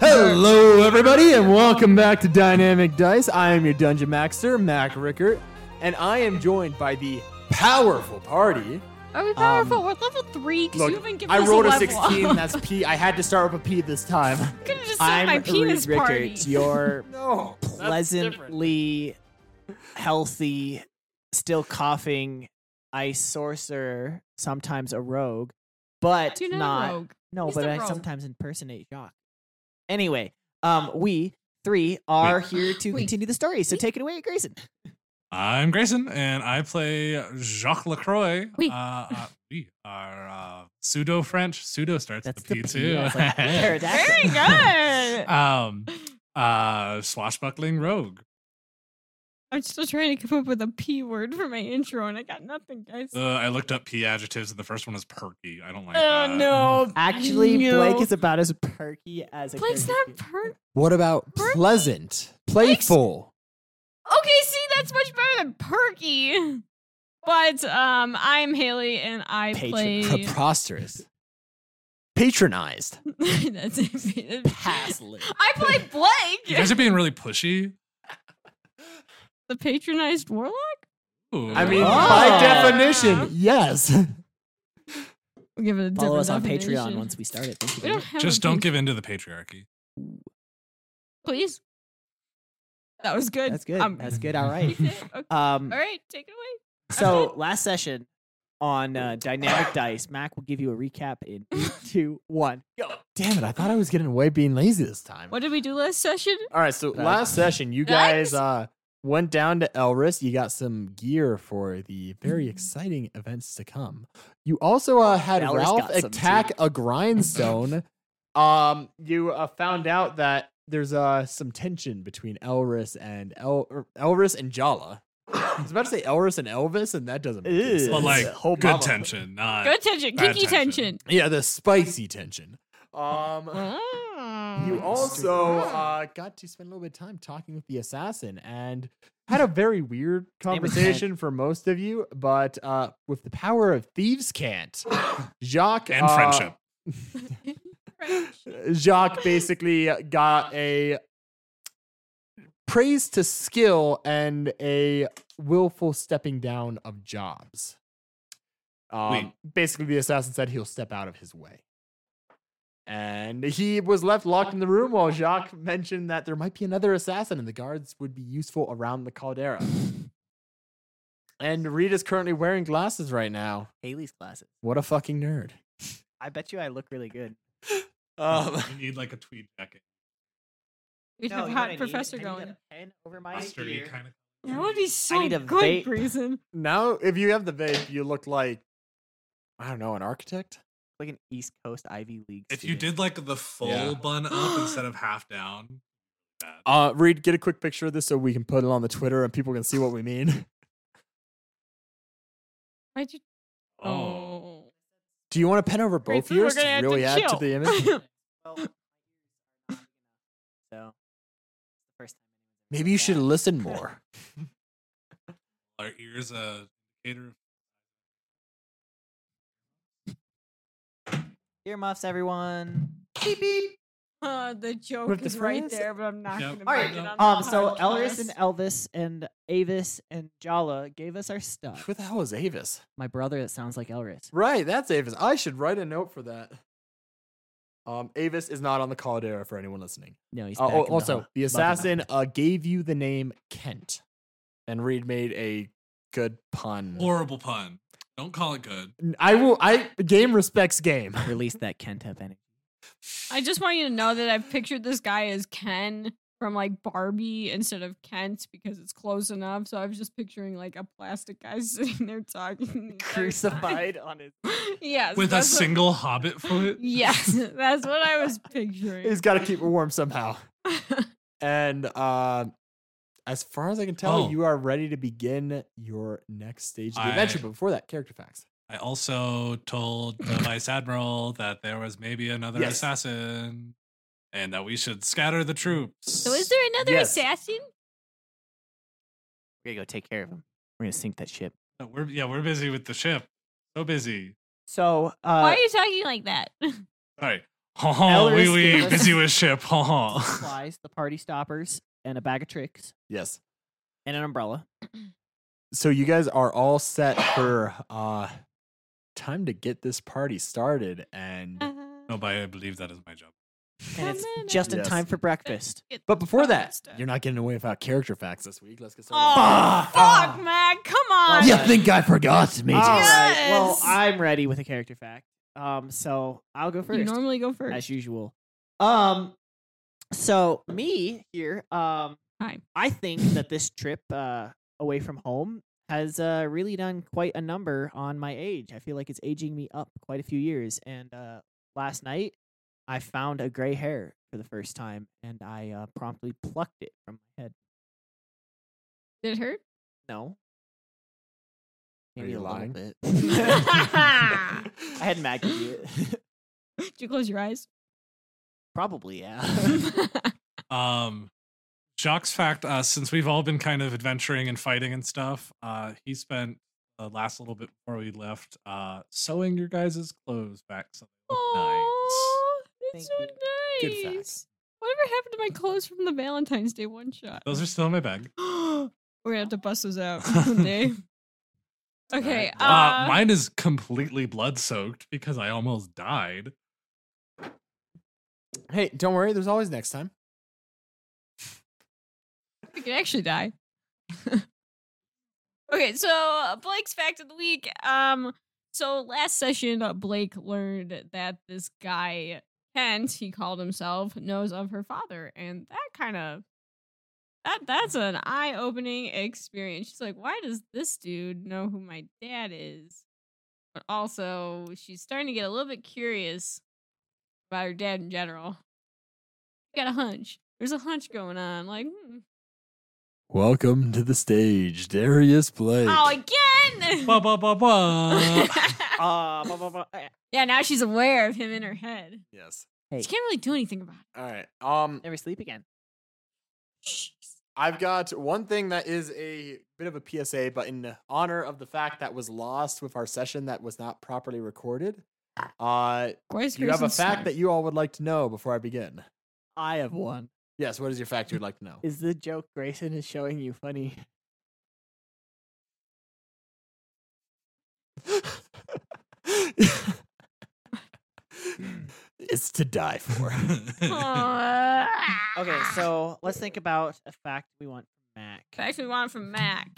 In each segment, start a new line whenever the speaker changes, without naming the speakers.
Hello, everybody, and welcome back to Dynamic Dice. I am your dungeon master, Mac Rickert, and I am joined by the powerful party.
Are we powerful?
Um,
We're level three because you haven't given
I
us
rolled a
level.
16. That's P. I had to start with a P this time.
could have just said
I'm
my penis
Reed
party.
Rickards, your
No.
pleasantly healthy, still coughing ice sorcerer, sometimes a rogue, but
Do you know
not.
Rogue?
No,
He's
but
the
I
rogue.
sometimes impersonate Jacques. Anyway, um, we three are here to
We.
continue the story, so
We.
take it away, Grayson.
I'm Grayson, and I play Jacques Lacroix.
Oui.
Uh, uh, we are uh, pseudo French. Pseudo starts
That's
with
the
P
P,
too.
yeah, it's like pterodactyl.
Very good.
um, uh, swashbuckling rogue.
I'm still trying to come up with a P word for my intro, and I got nothing, guys.
Oh
Uh, I looked up P adjectives, and the first one was perky. I don't like
oh
that.
no!
Actually,
No.
Blake is about as perky as a
Blake's
character
not
can.
per.
What about
Perky.
pleasant, playful?
Okay, see, that's much better than perky. But um, I'm Haley, and I
Patron-
play.
Preposterous. Patronized.
that's it.
Passless.
I play
You
Blake,
guys are being really pushy.
the patronized warlock.
Ooh.
I mean,
Oh.
Ah.
by definition, yes.
We'll give it a different
Follow us on Patreon
definition.
once we start it. Thank
We
you. very
don't
much.
have a
just don't
Patreon.
give in to the patriarchy.
please. That was good.
That's good.
Um,
That's good. All right.
keep it. Okay.
Um,
All right, take it away.
So last session on uh, dynamic dice, Mac will give you a recap in three, two, one.
Damn it, I thought I was getting away being lazy this time.
What did we do last session?
All right, so
That-
last session, you
Nice.
guys uh, went down to Elris. You got some gear for the very
Mm-hmm.
exciting events to come. You also uh, had
Elris
Ralph
got some, too.
attack a grindstone. um, you uh, found out that there's uh, some tension between Elris and El- er, Elris and Jala. I was about to say Elris and Elvis, and that doesn't. make any
Ew.
sense.
But like,
Whole
good
mama.
tension. Not
Good tension,
bad
kinky tension. Oh.
tension.
Yeah, the spicy tension. Um.
Uh-huh.
You
Mm.
also uh, got to spend a little bit of time talking with the assassin and had a very weird
name was
conversation for most of you, but uh, with the power of thieves' can't, Jacques
and
uh,
friendship.
Jacques basically got a praise to skill and a willful stepping down of jobs. Um, basically, the assassin said he'll step out of his way. And he was left locked in the room while Jacques mentioned that there might be another assassin and the guards would be useful around the caldera. and Reed is currently wearing glasses right now.
Haley's glasses.
What a fucking nerd.
I bet you I look really good.
Um,
you need like a tweed jacket,
We should
No,
have
you know what I
hot
need?
professor
I need
going.
a pen over my
mustardy
ear.
kind of.
That would be so
need a
good,
vape.
Grayson.
now if you have the vape, you look like I don't know, an architect.
like an East Coast Ivy League.
If you
student.
did like the full
Yeah.
bun up instead of half down. that-
Uh Reed, get a quick picture of this so we can put it on the Twitter and people can see what we mean.
Why'd you? Oh,
Do you want to pen over both
Grayson,
ears
we're gonna
to
have
really
to
add to
chill.
the image?
Well, my
Oh.
ears are not big enough, so first time.
Maybe you should
Yeah.
listen more.
Our ears a indicator.
Earmuffs, everyone.
Uh, the joke
With the
is right
friends?
there, but I'm not
Yep.
gonna.
All
bring
right,
it on
Um,
the
so
podcast.
Elris and Elvis and Avis and Jala gave us our stuff.
Who the hell is Avis?
My brother that sounds like Elris.
Right, that's Avis. I should write a note for that. Um, Avis is not on the Caldera for anyone listening.
No, he's
Uh,
back
al-
in the
also,
hu-
the
love him.
assassin uh, gave you the name Kent, and Reed made a good pun.
Horrible pun. Don't call it good.
I will. I game respects game.
Release that Kent up energy.
I just want you to know that I've pictured this guy as Ken from like Barbie instead of Kent because it's close enough. So I was just picturing like a plastic guy sitting there talking. the entire time.
Crucified on his
yes.
With a
that's what-
single hobbit foot.
Yes, that's what I was picturing.
He's got to keep it warm somehow. And uh, as far as I can tell,
Oh.
you are ready to begin your next stage of the adventure.
I-
But before that, character facts.
I also told the vice admiral that there was maybe another
Yes.
assassin and that we should scatter the troops.
so is there another
Yes.
assassin?
We're gonna go take care of him. We're gonna sink that ship.
Uh, We're, yeah, we're busy with the ship. So busy.
So,
Why
uh,
are you talking like that?
Sorry. Ha ha, wee
Elris
wee,
gave us-
busy with ship. Ha ha.
Supplies, the party stoppers, and a bag of tricks,
Yes.
and an umbrella.
So you guys are all set for uh time to get this party started and
Uh,
Nobody, I believe that is my job.
And it's
Come in
just in
Yes.
time for breakfast.
Get
But
the
before
fuck
that,
stuff.
you're not getting away without character facts this week. Let's get started.
Oh,
Ah.
fuck, Mac. Come on.
Yeah.
I forgot, me?
All right. Well,
Yes.
I'm ready with a character fact. Um, so I'll go first.
You normally go first.
as usual. Um, so me here, um,
Hi.
I think that this trip uh, away from home has uh, really done quite a number on my age. I feel like it's aging me up quite a few years. And uh, last night, I found a gray hair for the first time, and I uh, promptly plucked it from my head.
Did it hurt?
No,
Are
maybe
you
a
lying?
little bit.
I
I had Maggie do it.
Did you close your eyes?
Probably, yeah.
Um, Jacques' fact, uh, since we've all been kind of adventuring and fighting and stuff, uh, he spent the last little bit before we left uh, sewing your guys' clothes back. So they look nice.
Aw, That's so
Thank
you. Good fact.
nice. Whatever happened to my clothes from the Valentine's Day one shot?
Those are still in my bag.
We're gonna have to bust those out one day. Okay.
Uh,
Uh,
mine is completely blood soaked because I almost died.
Hey, don't worry. There's always next time.
We could actually die. okay, so uh, Blake's fact of the week. Um, so last session, uh, Blake learned that this guy Kent, he called himself, knows of her father, and that kind of that that's an eye opening experience. She's like, why does this dude know who my dad is? But also, she's starting to get a little bit curious about her dad in general. Got a hunch. There's a hunch going on. Like, hmm,
Welcome to the stage, Darius Blake.
Oh, again!
Ba ba ba ba.
uh, blah, blah, blah. eh,
yeah, now she's aware of him in her head.
yes.
Hey.
She can't really do anything about
All right. Um,
Never sleep again.
I've got one thing that is a bit of a PSA, but in honor of the fact that was lost with our session that was not properly recorded, uh,
it.
do you have a fact that you all would like to know before I begin?
I have one.
Yes. What is your fact you'd like to know?
Is the joke Grayson is showing you funny?
it's to die for.
Okay, so let's think about a fact we want from Mac.
Ah. Fact we want from Mac.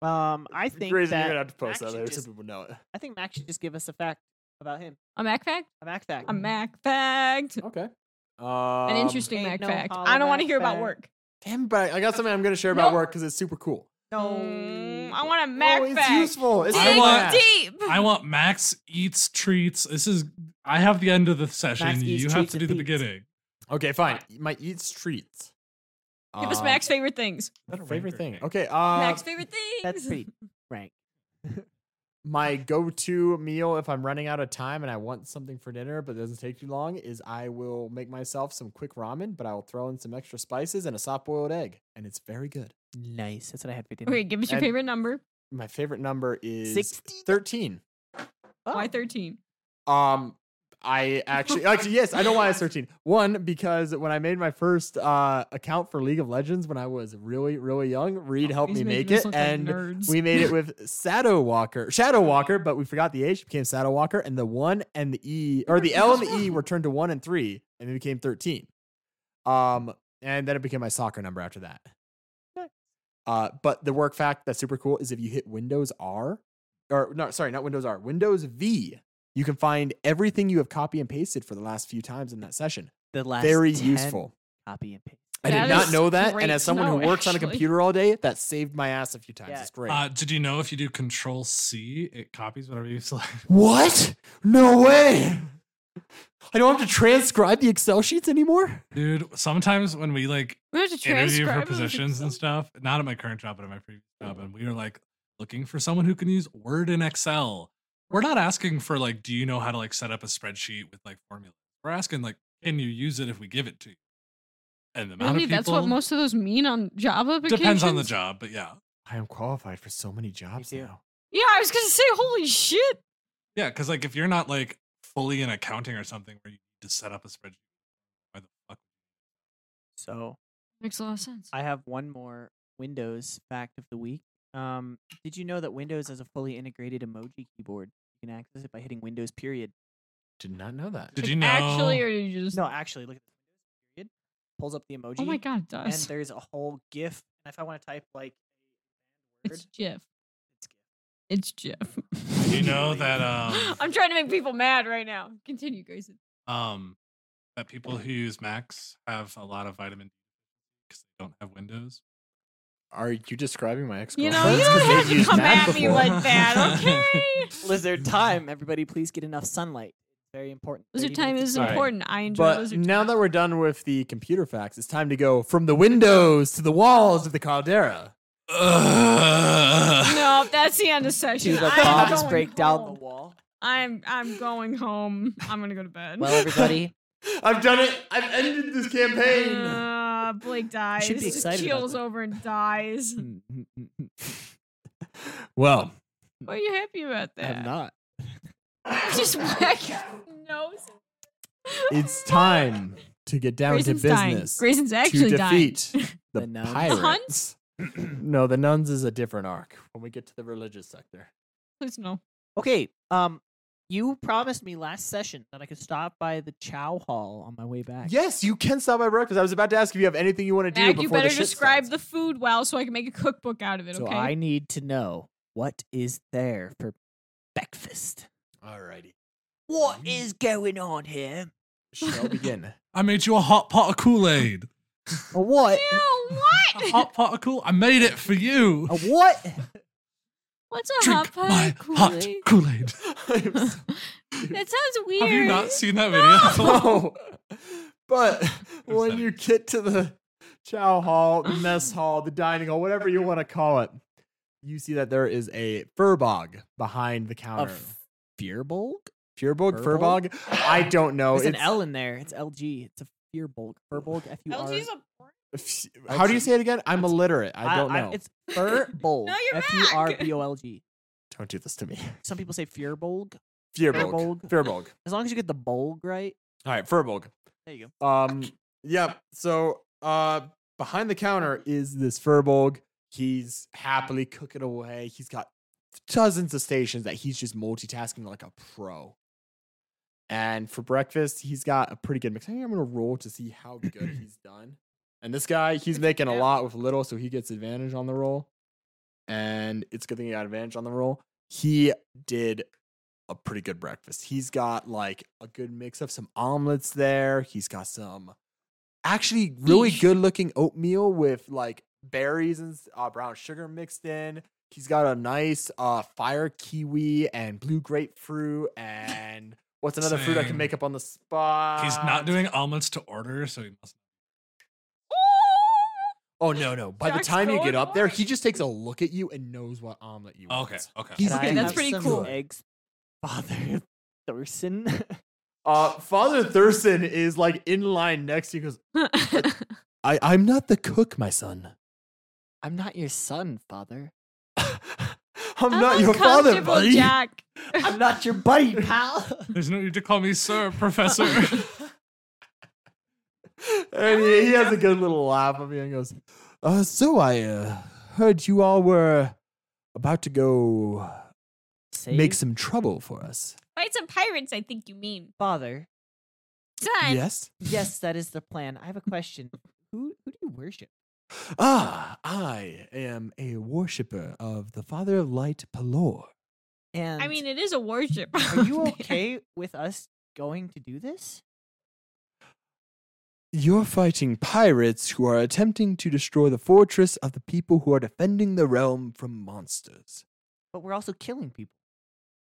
Um, I think
Grayson,
that
you're gonna have to post that
Mac should
there
just-
so people know it.
I think Mac should just give us a fact about him.
A Mac fact?
A Mac fact.
A Mac fact.
Okay. Um,
An interesting
ain't
Mac
no
fact.
hollow
I don't want to
Mac
hear about
fact.
work.
Damn, but I got something I'm gonna share about
No.
work because it's super cool.
Mm,
No.
I want a Mac
oh, it's
fact.
useful. It's
Dig
I
useful.
want-
deep.
I want Max eats treats. This is I have the end of the session.
Max eats
you have
treats
to
and
do the
beats.
beginning.
Okay, fine. My eats treats.
Give us
Um,
Mac's favorite things.
What a
favorite
wanker
thing.
name.
Okay. Uh,
Mac's favorite things.
That's pretty rank.
my go-to meal if I'm running out of time and I want something for dinner, but it doesn't take too long, is I will make myself some quick ramen, but I will throw in some extra spices and a soft-boiled egg, and it's very good.
Nice. That's what I had for dinner.
Okay, give us your
And-
favorite number.
My favorite number is
16?
thirteen. Oh.
Why 13?
Um, I actually, actually, yes, I know why it's 13. One, because when I made my first uh, account for League of Legends when I was really, really young, Reed helped
Oh, He's
me
making
make
us
it,
look like
and
nerds.
we made it with Shadow Walker, Shadow Walker, but we forgot the H, it became Shadow Walker, and the one and the E, or the L and the E were turned to one and three, and it became 13. Um, and then it became my soccer number after that.
Nice.
Uh, but the work fact that's super cool is if you hit Windows R, or no, sorry, not Windows R, Windows V, you can find everything you have copy and pasted for the last few times in that session.
The last
Very
10
useful.
Copy and paste.
I
That
did not
is
know that.
great
And as
to
someone
know,
who works on a
actually.
computer all day, that saved my ass a few times.
Yeah.
It's great.
Uh, did you know if you do Control C, it copies whatever you select?
what? No way. I don't have to transcribe the Excel sheets anymore.
Dude, sometimes when we like
We have to
interview for
transcribe Mm-hmm. them.
positions and stuff, not at my current job, but at my previous job, and we were like looking for someone who can use Word and Excel. We're not asking for like, do you know how to like set up a spreadsheet with like formulas? We're asking like, can you use it if we give it to you? And the amount
Really,
of people
that's what most of those mean on Java
depends on the
applications?
job, but yeah.
I am qualified for so many jobs
too.
now.
Yeah, I was gonna say, holy shit.
Yeah, because like if you're not like fully in accounting or something where you to set up a spreadsheet. Why the fuck?
So
Makes a lot of sense.
I have one more Windows fact of the week. Um, did you know that Windows has a fully integrated emoji keyboard? You can access it by hitting Windows period.
Did not know that.
Did you know?
Actually, or did you just?
No, actually, look at this period. Pulls up the emoji.
oh my god, it
And
does.
there's a whole GIF. And if I want to type like a word,
It's Jif.
it's GIF.
It's Jif.
Did you know that um,
I'm trying to make people mad right now. Continue, Grayson.
um that people who use Macs have a lot of vitamin D because they don't have Windows.
Are you describing my ex?
You know, you don't have to come at me
before.
like that, okay?
Lizard time. Everybody, please get enough sunlight. It's very important.
Lizard
30
time
minutes
is
of
Alright.
sunlight.
important. I enjoy
But
lizard
now
time.
that we're done with the computer facts, it's time to go from the windows to the walls of the caldera.
no, that's the end of session.
To the
I'm
bombs
going
break down the
home.
wall.
I'm I'm going home. I'm gonna go to bed.
Well, everybody,
I've done it. I've ended this campaign.
Uh, Blake dies.
be excited about
Keels
that.
over and dies.
well,
Why are you happy about
I
that?
have not.
Just whack your nose.
it's time to get down
Grayson's
to
dying.
business
Grayson's
to
actually dying.
defeat the,
The nuns. The
pirates. no, the nuns is a different arc when we get to the religious sector.
Please no.
Okay. Um, you promised me last session that I could stop by the Chow Hall on my way back.
Yes, you can stop by breakfast. I was about to ask if you have anything you want to do
Mac,
before
you better
the shit
describe
starts.
the food well so I can make a cookbook out of it,
So
okay?
I need to know what is there for breakfast.
Alrighty,
What is going on here?
shall begin.
I made you a hot pot of Kool Aid.
Or what?
Ew,
A
what?
hot pot of Kool. I made it for you.
A what?
What's a hot
Drink
pot
my
of
hot
Kool-Aid?
Kool Aid.
That sounds weird.
Have you not seen that video?
no. But
I'm
when
sorry.
you get to the chow hall, the mess hall, the dining hall, whatever you want to call it, you see that there is a furbog behind the
A
counter.
fearbulk?
Furbog?
furbog?
Furbog? I don't know.
There's an
Oh, It's-
L in there. It's LG. It's a fearbulk. Furbulk. F U R.
LG's a
F- How do you say it again? I'm illiterate. I don't know.
it's furbulk.
No, you're
F U R
back.
B O L G.
don't do this to me.
Some people say fearbulk.
Furbog.
Furbog.
Furbog.
As long as you get the bulg right.
All right, Furbog.
There you go.
Um, yep. So, uh, behind the counter is this Furbolg. He's happily cooking away. He's got dozens of stations that he's just multitasking like a pro. And for breakfast, he's got a pretty good mix. I think I'm gonna roll to see how good he's done. And this guy, he's making a lot with little, so he gets advantage on the roll. And it's a good thing he got advantage on the roll. He did a pretty good breakfast. He's got like a good mix of some omelets there. He's got some actually really
Yeesh.
good looking oatmeal with like berries and s- uh, brown sugar mixed in. He's got a nice uh, fire kiwi and blue grapefruit and what's another fruit I can
Same.
make up on the spot?
He's not doing omelets to order, so he must.
Oh no no! By
Jack's
the time you
going
get up there,
hard.
he just takes a look at you and knows what omelet you want.
Okay, okay.
He's
Can I
good.
That's
have
pretty
some
cool.
Eggs, Father Thorson.
Uh, Father Thurston is like in line next. to you. He goes,
burp.
I I'm not the cook, my son.
I'm not your son, Father.
I'm, not your father,
uncomfortable,
buddy.
Jack.
I'm not your buddy, pal.
There's no need to call me sir, professor.
and he, he has a good little laugh of me and goes, uh, "So I uh, heard you all were about to go make
Save
some trouble for us."
Fight some pirates, I think you mean.
Father.
Son.
Yes.
Yes, that is the plan. I have a question. Who who do you worship?
Ah, I am a worshipper of the Father of Light, Palor.
And
I mean, it is a worship.
are you okay with us going to do this?
You're fighting pirates who are attempting to destroy the fortress of the people who are defending the realm from monsters.
But we're also killing people.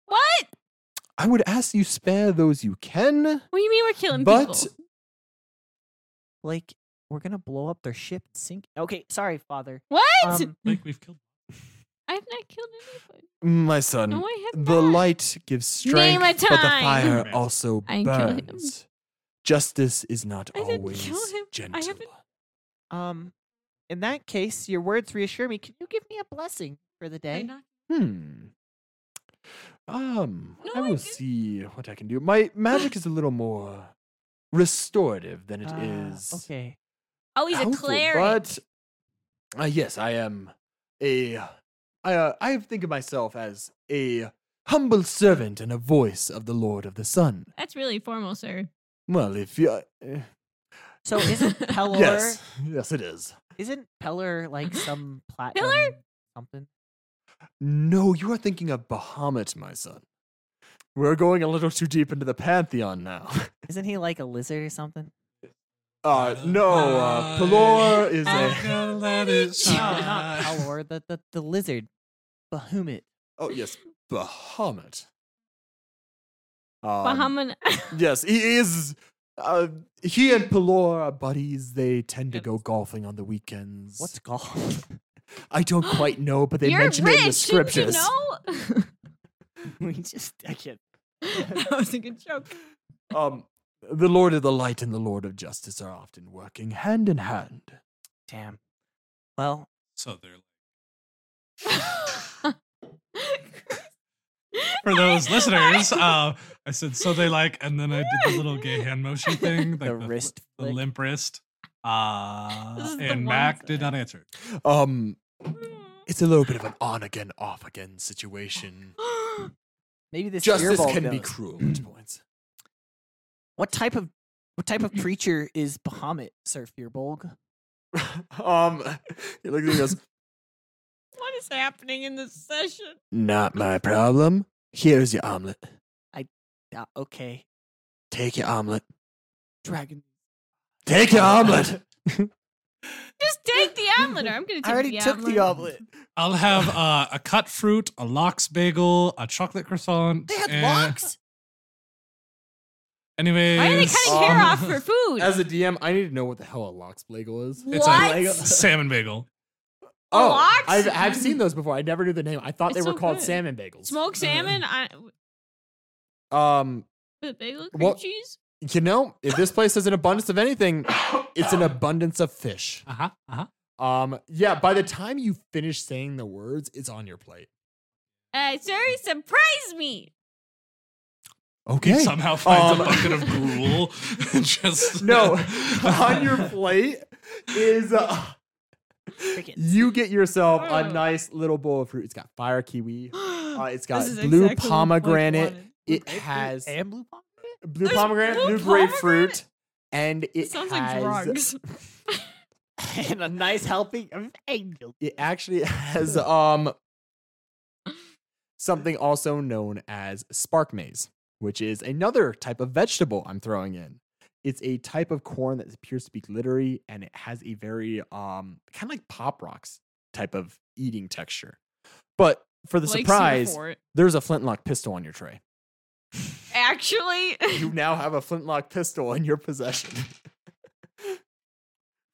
What?
I would ask you spare those you can,
What do you mean we're killing
but
people?
Like we're gonna blow up their ship, and sink. Okay, sorry, Father.
What?
Um,
like we've killed.
I have not killed anybody.
my son,
No, I have
um, the
not.
light gives
Name
strength,
a
but the
time.
fire
Amen.
also
I didn't kill him.
burns. Justice is not
I didn't
always
kill him. I
gentle.
haven't-
um, in that case, your words reassure me. Can you give me a blessing for the
Why
day?
not?
Hmm. Um,
No,
I
I
will
get-
see what I can do. My magic is a little more restorative than it is.
Ah, Okay.
Oh, he's a
helpful,
cleric.
But uh, yes, I am a. I uh, I think of myself as a humble servant and a voice of the Lord of the Sun.
That's really formal, sir.
Well, if you. Uh,
So isn't Pelor
yes, yes, it is.
isn't Pelor like some platinum
Pillar?
something?
No, you are thinking of Bahamut, my son. We're going a little too deep into the pantheon now.
Isn't he like a lizard or something?
Uh, no, uh, Pelor is a.
I'm gonna let it
No, not
shine.
Pelor, the, the, the lizard. Bahumut.
Oh yes, Bahamut. Um,
Bahaman.
Yes, he is. Uh, he and Pelor are buddies. They tend to go golfing on the weekends.
What's golf?
I don't quite know, but they
You're
mention it
rich,
in the
didn't
scriptures.
You know?
we just I can't.
that was a good joke.
Um, the Lord of the Light and the Lord of Justice are often working hand in hand.
Damn. Well,
So they're for
For
those listeners, uh, I said so they like, and then I did the little gay hand motion thing, like
The wrist
the
flick.
limp wrist. Uh,
This is the
and
one
Mac
thing.
did not answer.
Um, it's a little bit of an on again, off again situation.
maybe this
Justice
earball
can be
goes.
cruel at points.
What type of what type of creature is Bahamut, Sir Fearbolg?
Um, he looks at me and goes,
what is happening in this session?
Not my problem. Here's your omelet.
Yeah, okay.
Take your omelet.
Dragon.
Take your omelet.
Just take the omelet. or I'm gonna take
I already
the
took
omelet.
the omelet.
I'll have uh, a cut fruit, a lox bagel, a chocolate croissant. eh,
They had
and-
locks.
Anyways,
Why are they cutting hair
Um,
off for food?
As a DM, I need to know what the hell a lox blagle is.
It's
What?
a salmon bagel.
Oh,
Lox?
I've, I've seen those before. I never knew the name. I thought
It's
they were
so
called
good.
salmon bagels.
Smoked salmon I,
Um,
with bagel cream
Well-
cheese.
you know, if this place has an abundance of anything, it's an abundance of fish.
Uh-huh.
Uh huh. Uh huh.
Um, yeah. By the time you finish saying the words, it's on your plate.
Uh, sorry, surprise me.
Okay.
Somehow
Um,
finds a bucket of gruel. and just
No, on your plate is. Uh,
Crickets.
you get yourself
Oh.
a nice little bowl of fruit. It's got fire kiwi. Uh, it's got
This is
blue
exactly what I
pomegranate.
wanted.
It
Grapefruit
has
and blue pomegranate?
blue
There's
pomegranate,
blue
blue, grapefruit, and it
sounds
has,
like drugs.
and a nice helping of angel.
It actually has um something also known as spark maize, which is another type of vegetable I'm throwing in. It's a type of corn that appears to be glittery and it has a very um kind of like pop rocks type of eating texture. But for the
Blake's here
surprise,
for it.
there's a flintlock pistol on your tray.
Actually,
You now have a flintlock pistol in your possession.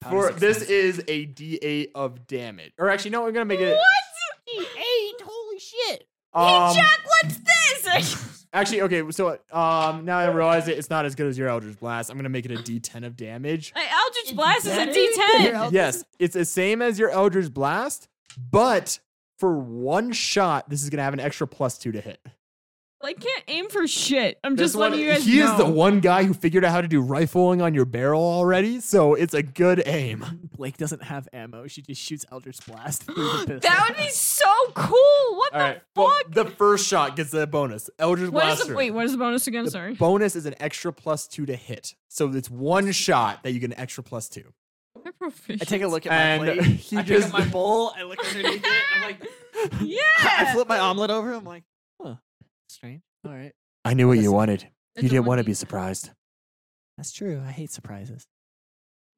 Powder
For
six
this
cents.
is a D8 of damage. Or actually, no, I'm gonna make it.
what?
He ate, holy shit.
Um,
hey, Jack, what's this?
Actually, okay, so um, now I realize it, it's not as good as your Eldritch Blast. I'm gonna make it a D10 of damage.
Uh, Eldritch Blast is a
better?
D10.
Eldritch-
Yes, it's the same as your Eldritch Blast, but for one shot, this is gonna have an extra plus two to hit.
Like, can't aim for shit. I'm
This
just letting
one-
you guys
he
know.
is the one guy who figured out how to do rifling on your barrel already, so it's a good aim.
Blake doesn't have ammo. She just shoots Eldritch Blast through the pistol.
that would be so cool. What
All right,
the
well,
fuck?
the first shot gets the bonus. Eldritch
what
Blast.
is the, wait, what is the bonus again?
The
Sorry.
bonus is an extra plus two to hit. So it's one shot that you get an extra plus two.
My proficiency.
I take a look at
And
my plate.
he
I pick
just-
up my bowl. I look underneath it. I'm like,
yeah.
I flip my omelet over. I'm like, huh, strange. All right,
I knew what
That's-
you wanted.
That's
you
a
didn't want to
1D10.
be surprised.
that's true. I hate surprises.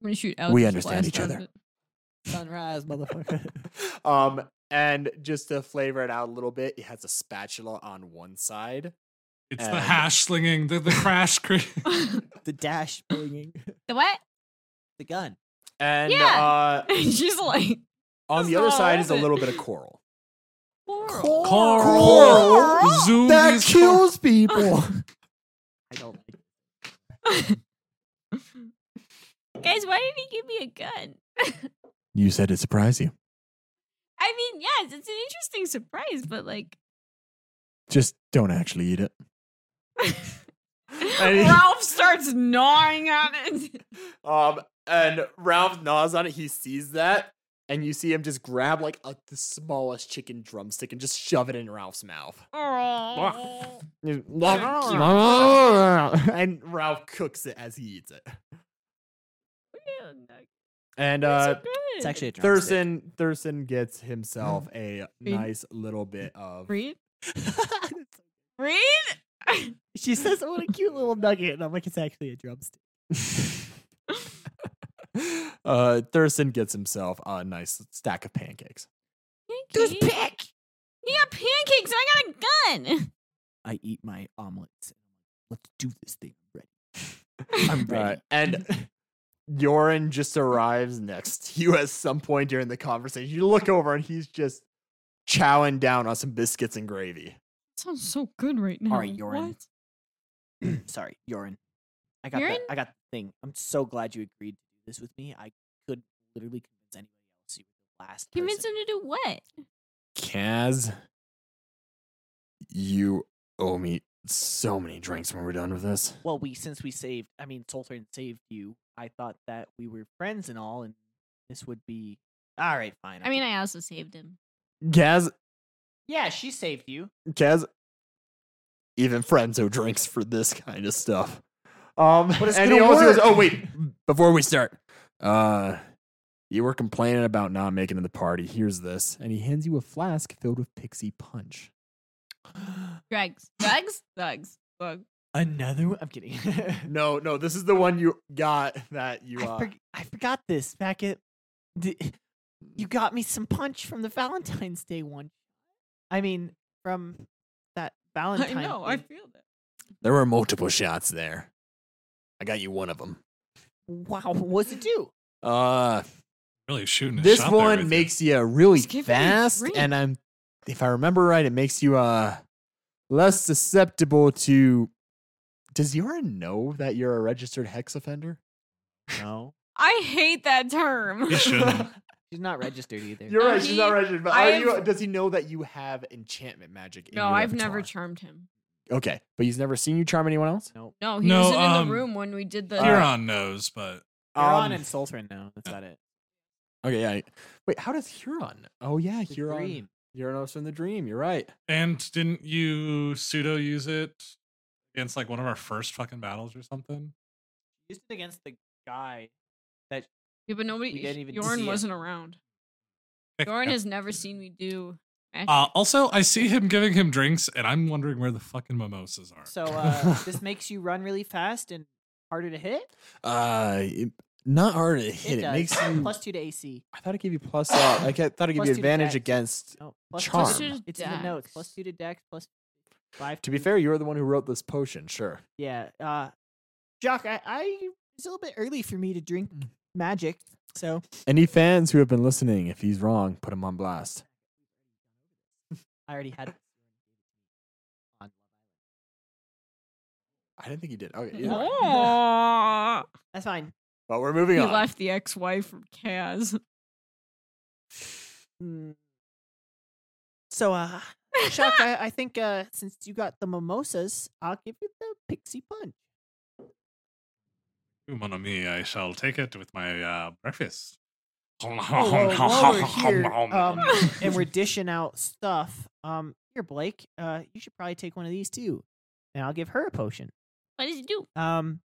I'm gonna shoot
We
Eldritch
understand
Blast
each
out
other.
of it.
Sunrise, motherfucker.
um, and just to flavor it out a little bit, it has a spatula on one side.
It's the
And-
hash slinging, the, the crash. Cre-
the dash bringing
the what?
the gun.
And
Yeah.
uh,
She's like
on the
That's
other
not
side is a
worth it.
little bit of coral.
coral.
Coral.
Coral?
Zoom these cor-
people.
I don't like
Guys, why did he give me a gun?
you said it surprised you.
I mean, yes, it's an interesting surprise, but like,
Just don't actually eat it. And he-
Ralph starts gnawing on it.
Um, and Ralph gnaws on it. He sees that, and you see him just grab like a, the smallest chicken drumstick and just shove it in Ralph's mouth.
Oh.
and Ralph cooks it as he eats it. And uh,
It's actually a drumstick.
Thurston Thurston gets himself a nice little bit of.
read, read.
she says, "What a cute little nugget," and I'm like, "It's actually a drumstick."
uh, Thurston gets himself a nice stack of pancakes.
Who's pick? You got pancakes. I got a gun.
I eat my omelets. Let's do this thing. Ready?
I'm
ready.
and Yoren just arrives next to you at some point during the conversation. You look over and he's just chowing down on some biscuits and gravy.
Sounds so good right now.
right, you're in.
What?
Sorry, Yorin. I got
Yorin?
the, I got the thing. I'm so glad you agreed to do this with me. I could literally convince anybody else you were the last
Convince
person.
him to do what?
Kaz, you owe me so many drinks when we're done with this.
Well, we since we saved, I mean, Soltern saved you. I thought that we were friends and all, and this would be all right. Fine.
I mean, I also saved him.
Kaz,
yeah, she saved you.
Kaz, even Frenzo drinks for this kind of stuff. Um, and he
gonna
also goes,
work."
"Oh wait, before we start, uh, you were complaining about not making it to the party. Here's this," and he hands you a flask filled with pixie punch.
Drugs, drugs, drugs, drugs.
Another one? I'm kidding.
No, no, this is the one you got that you. uh,
I, forg I forgot this back at. D- you got me some punch from the Valentine's Day one. I mean, from that Valentine's.
I know. I
thing.
feel that.
there were multiple shots there. I got you one of them.
Wow, what's it do?
Uh,
Really shooting. his
this
shot there with
one
you.
makes you really
Just give me a
fast,
drink.
and I'm, if I remember right, it makes you uh less susceptible to. Does urine know that you're a registered hex offender?
No,
I hate that term.
He shouldn't.
she's not registered either.
You're
No,
right, she's not
he-
registered. But
I
are
have-
you, does he know that you have enchantment magic? In
No,
your
I've never
repertoire?
charmed him.
okay, but he's never seen you charm anyone else.
No, he
No,
wasn't in
um,
the room when we did the.
Alright.
Huron knows, but
Huron
Um,
and Sultran now. That's about it.
Okay, yeah. Wait, how does Huron? Oh yeah,
The
Huron.
dream.
Uranos from the dream. You're right.
and didn't you pseudo use it against like one of our first fucking battles or something?
Used it against the guy.
Yeah, but nobody.
We didn't even see
Jorn
it.
wasn't around. Jorn has never seen me do. magic.
Uh, also, I see him giving him drinks, and I'm wondering where the fucking mimosas are.
So uh, this makes you run really fast and harder to hit.
Uh, it- not hard to hit. It,
does.
makes you.
plus two to AC.
I thought it gave you plus. Uh, I ca- thought it gave
Plus
you
two to
advantage
dex.
against.
No, plus
Charm.
Two,
Plus two to
it's in the notes. Plus
dex.
two to dex. Plus five.
To be fair, you're the one who wrote this potion. Sure.
yeah. Uh, Jock, I, I it's a little bit early for me to drink magic, so
Any fans who have been listening, if he's wrong, put him on blast.
I already had.
I didn't think he did. Okay.
yeah.
Yeah.
No.
Aw.
That's fine.
But we're moving
He
on.
left the ex-wife from Kaz.
Mm. So, uh, Chuck, I, I think uh, since you got the mimosas, I'll give you the pixie punch.
Mon ami, I shall take it with my uh, breakfast.
Oh, well, while we're here, um, and we're dishing out stuff. Um, here, Blake, uh, you should probably take one of these too, and I'll give her a potion.
What does he do?
Um,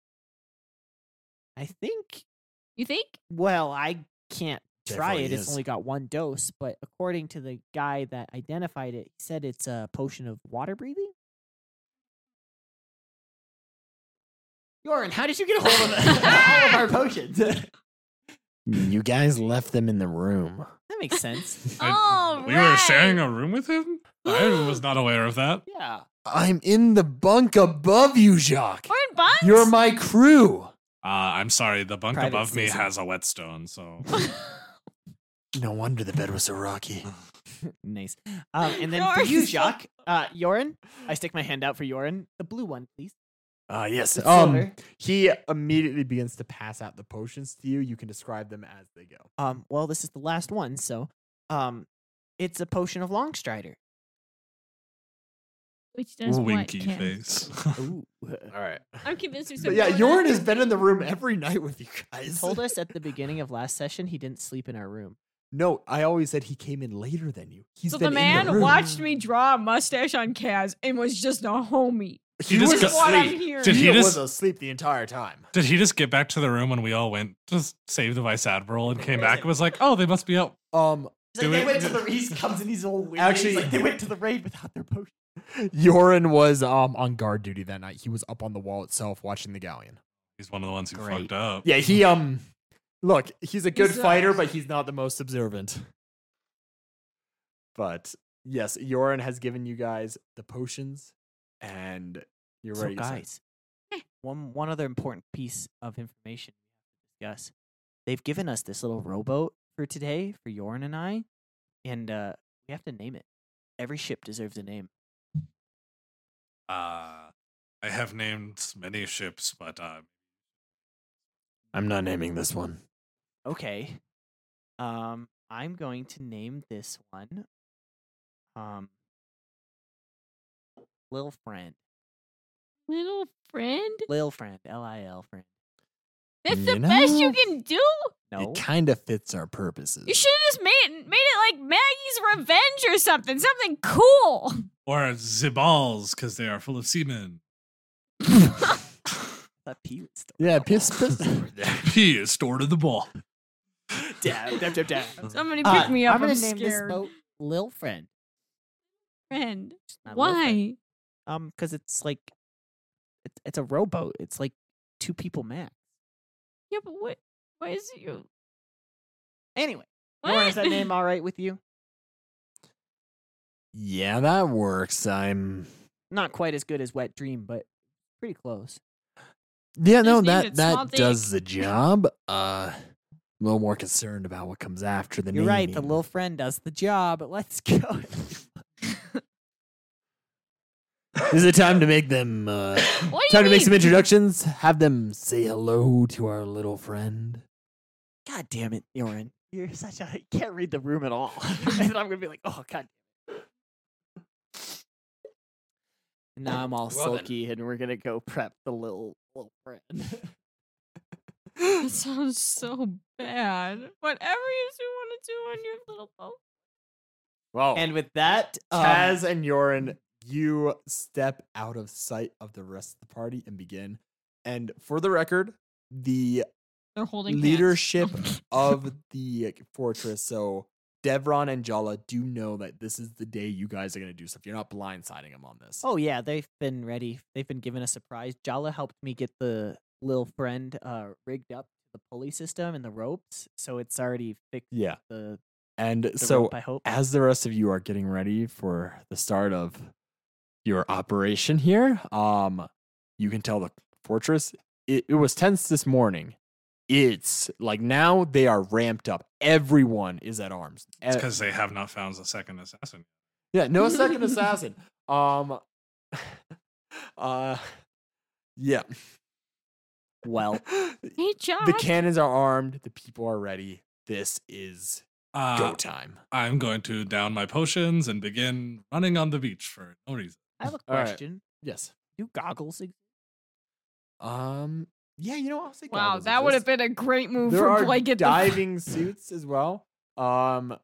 I think.
You think?
Well, I can't try
Definitely
it.
is.
It's only got one dose, but according to the guy that identified it, he said it's a potion of water breathing. Yorin, how did you get a hold of all of our potions? that
You guys left them in the room.
makes sense.
All
we were sharing
right.
a room with him. I was not aware of that.
Yeah.
I'm in the bunk above you, Jacques.
We're in buns?
You're my crew.
Uh, I'm sorry, the bunk
Private
above me
citizen.
has a whetstone, so
No wonder the bed was so rocky.
Nice. Um, and then for
Yours
you,
is so-
Jacques, uh, Yorin, I stick my hand out for Yorin. The blue one, please.
Ah, yes.
It's
Um,
silver.
he immediately begins to pass out the potions to you. You can describe them as they go.
Um, well, this is the last one, so um, it's a potion of Longstrider.
Which does
winky
what, Ken?
face.
Ooh.
All right.
I'm convinced there's
But
some
yeah,
going
Yorin
on.
has been in the room every night with you guys.
told us at the beginning of last session he didn't sleep in our room.
No, I always said he came in later than you. He's
So
been
the man
in room.
watched me draw a mustache on Kaz and was just a homie.
He,
He
was
Which
just
is
got-
what I'm
asleep.
hearing.
Did
he
he
was
just-
asleep the entire time.
Did he just get back to the room when we all went to save the vice admiral and came back and was like, "Oh, they must be out."
Um,
He's like, "They went to the-
he comes and he's all weird.
Actually- like, "They
went to the raid without their potion.
Yorin was um on guard duty that night. He was up on the wall itself watching the galleon.
He's one of the ones who
Great.
fucked up.
Yeah, he um, look, he's a good
He's, uh,
fighter, but he's not the most observant. But yes, Yorin has given you guys the potions, and you're
So
ready. to send-
guys, one one other important piece of information we have to discuss. They've given us this little rowboat for today for Yorn and I, and uh, we have to name it. Every ship deserves a name.
Uh, I have named many ships, but uh,
I'm not naming this one.
Okay. Um, I'm going to name this one. Um, Lil Friend.
Little friend?
Lil Friend. L I L Friend.
That's the
You
best you
know,
can do?
No.
It kind of fits our purposes.
You should have just made it, made it like Maggie's Revenge or something. Something cool.
or Zibals because they are full of semen.
That P was still-
Yeah, piss, piss.
P is stored in the ball.
Dab, dab, dab, dab.
Somebody
Uh,
pick me up.
I'm
Mm. I'm,
gonna name
scared.
this boat Lil Friend.
Friend.
Just not Lil Friend.
Why?
Um, because it's like, it's it's a rowboat. It's like two people max.
Yeah, but what? Why is it you?
Anyway, Lauren,
What?
is that name all right with you?
yeah, that works. I'm.
Not quite as good as Wet Dream, but pretty close.
Yeah, no,
named
that
it Small
that
Dick.
does the job. Uh, I'm a little more concerned about what comes after the
You're right. The
naming.
Lil Friend does the job. Let's go.
Is it time to make them? Uh,
What do
time to
you mean?
make some introductions. Have them say hello to our little friend.
God damn it, Yoren. You're such a you can't read the room at all. and I'm gonna be like, oh god. Now I'm all
Well then.
sulky and we're gonna go prep the little little friend.
That sounds so bad. Whatever you two want to do on your little boat.
Well,
and with that, um,
Kaz Oh. and Yorin, you step out of sight of the rest of the party and begin. And for the record, the
They're holding hands.
leadership of the fortress. So Devron and Jala do know that this is the day you guys are going to do stuff. You're not blindsiding them on this.
Oh yeah, they've been ready. They've been given a surprise. Jala helped me get the little friend uh rigged up the pulley system and the ropes, so it's already fixed
Yeah.
the,
And
the
so
rope, I hope.
as the rest of you are getting ready for the start of your operation here, um, you can tell the fortress it, it was tense this morning. It's like now they are ramped up. Everyone is at arms.
It's
E-
because they have not found the second assassin.
Yeah, no second assassin. Um uh yeah.
Well
Hey, Josh.
the cannons are armed, the people are ready. This is go
Uh,
time.
I'm going to down my potions and begin running on the beach for no reason.
I have a
All right.
question.
Yes.
Do goggles exist?
Um yeah, you know I'll say
wow,
goggles
that would have
exist.
been a great move
There
for
are
Blake at
diving suits as well. Um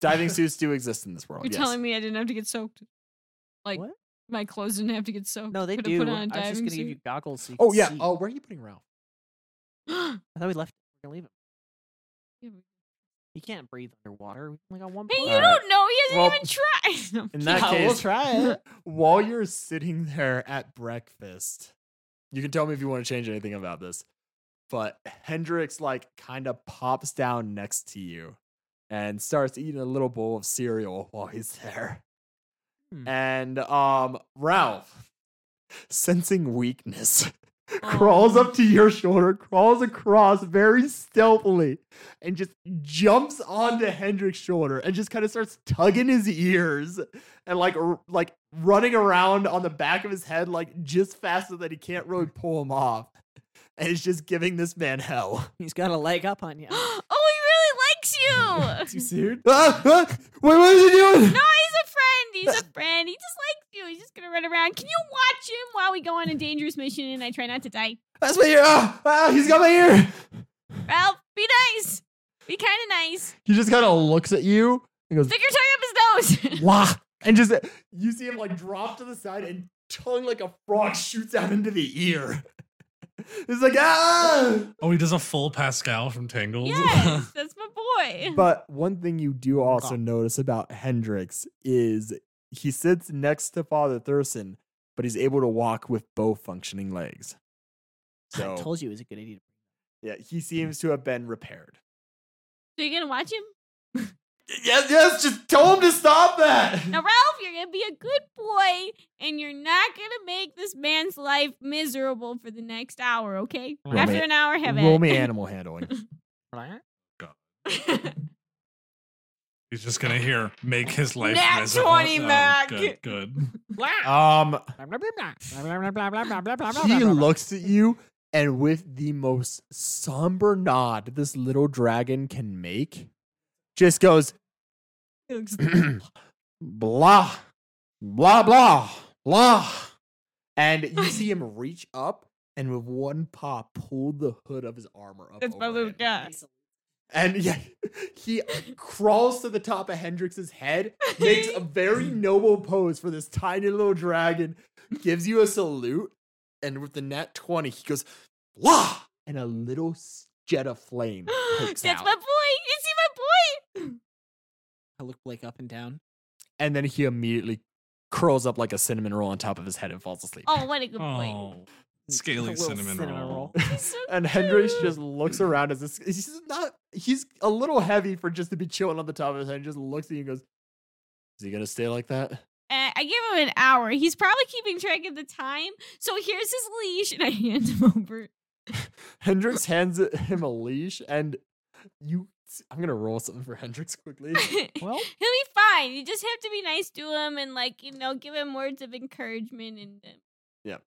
diving suits do exist in this
the.
world.
You're
yes.
telling me I didn't have to get soaked. Like
What?
my clothes didn't have to get soaked.
No, they
Could
do.
Put on a
I was just
diving
gonna give you goggles. So you
Oh
could
yeah.
see.
Oh, where are you putting Ralph?
suit.
I thought we left. We're gonna leave him.
Yeah, we-
He can't breathe underwater. We only got one.
Hey, you
All
breath.
right.
don't know. He hasn't
Well,
even tried. No, I'm
in
kidding.
that
Yeah, we'll
case-
try it.
While you're sitting there at breakfast, you can tell me if you want to change anything about this. But Hendrix like kind of pops down next to you and starts eating a little bowl of cereal while he's there.
Hmm.
And um Ralph, sensing weakness, crawls up to your shoulder, crawls across very stealthily, and just jumps onto Hendrix's shoulder and just kind of starts tugging his ears and like r- like running around on the back of his head like just faster that he can't really pull him off. And it's just giving this man hell.
He's got a leg up on you.
oh, he really likes you.
soon? Ah, ah, wait, what is he doing?
no, he's a friend. He's a friend. He just likes you. He just gonna run around. Can you watch him while we go on a dangerous mission and I try not to die?
That's my ear. Ah, ah, he's got my ear.
Ralph, be nice. Be kind of nice.
He just kind of looks at you and goes,
Stick your tongue up his nose.
wah. And just, you see him like drop to the side and tongue like a frog shoots out into the ear. It's like, ah.
Oh, he does a full Pascal from Tangled.
yes, that's my boy.
But one thing you do also
God.
notice about Hendrix is he sits next to Father Thurston, but he's able to walk with both functioning legs.
I
So
told you it was a good idea.
yeah, he seems to have been repaired.
so you're gonna watch him?
Yes, yes, just tell him to stop that.
Now, Ralph, you're gonna be a good boy and you're not gonna make this man's life miserable for the next hour, okay?
Roll
After
me-
an hour, have
Roll
at
me
it.
animal handling.
He's just gonna hear make his life
Nat
miserable.
20,
Oh,
Mac.
Good, good.
Um,
Uh,
he
He
looks at you, and with the most somber nod this little dragon can make, just goes,
He looks-
blah, blah, blah, blah. And you see him reach up and with one paw pull the hood of his armor up.
that's my
over
little
him.
guy.
And yeah, he crawls to the top of Hendrix's head, makes a very noble pose for this tiny little dragon, gives you a salute, and with the net 20, he goes, blah, and a little s- jet of flame pokes
that's
out.
my boy. You see my boy?
I look Blake up and down.
and then he immediately curls up like a cinnamon roll on top of his head and falls asleep.
Oh, what a good boy.
Oh, scaly
little
cinnamon,
cinnamon
roll.
roll.
He's so
And Hendrix
cute.
just looks around as this. He's not. He's a little heavy for just to be chilling on the top of his head. And just looks at you and goes, "Is he gonna stay like that?"
Uh, I give him an hour. He's probably keeping track of the time. So here's his leash, and I hand him over.
Hendrix hands it- him a leash, and you. I'm gonna roll something for Hendrix quickly.
Well,
He'll be fine. You just have to be nice to him and like, you know, give him words of encouragement and um, Hit him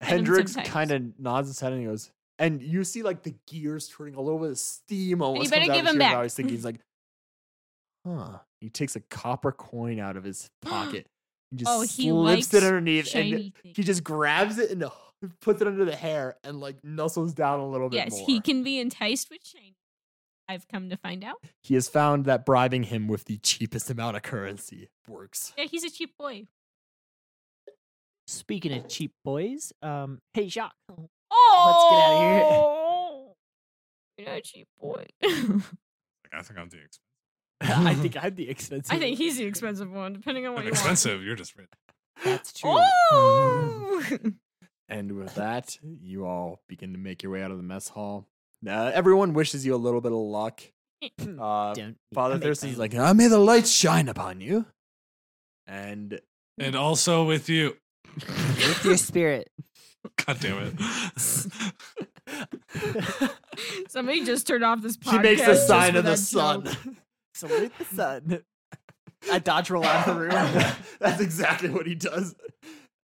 Hendrix
sometimes.
kind of nods his head and he goes, and you see like the gears turning a little bit of steam almost.
better
comes out of
give
his
him
ears.
back.
I was thinking he's like, huh. He takes a copper coin out of his pocket and just
Oh, he
slips it
likes
underneath and
shiny
He
things.
just grabs it and puts it under the hair and like nuzzles down a little bit
Yes,
more.
he can be enticed with shiny. I've come to find out.
He has found that bribing him with the cheapest amount of currency works.
Yeah, he's a cheap boy.
speaking of cheap boys, um, hey Jacques,
Oh, You're not a cheap boy.
Like, I think I'm the expensive.
I think I'm the expensive.
I think he's the expensive one, depending on what
I'm
you
expensive. You're just rich.
that's true.
want. Oh,
And with that, you all begin to make your way out of the mess hall. Uh, everyone wishes you a little bit of luck. Uh,
Don't need- I
Father
make
Thurston's
my
like, ah, may the light shine upon you. And
And also with you.
own. lift your spirit.
God damn it.
somebody just turned off this podcast.
he makes the
just
sign
for
of the
that
sun.
joke.
Salute the sun.
I dodge roll out of the room. That's exactly what he does.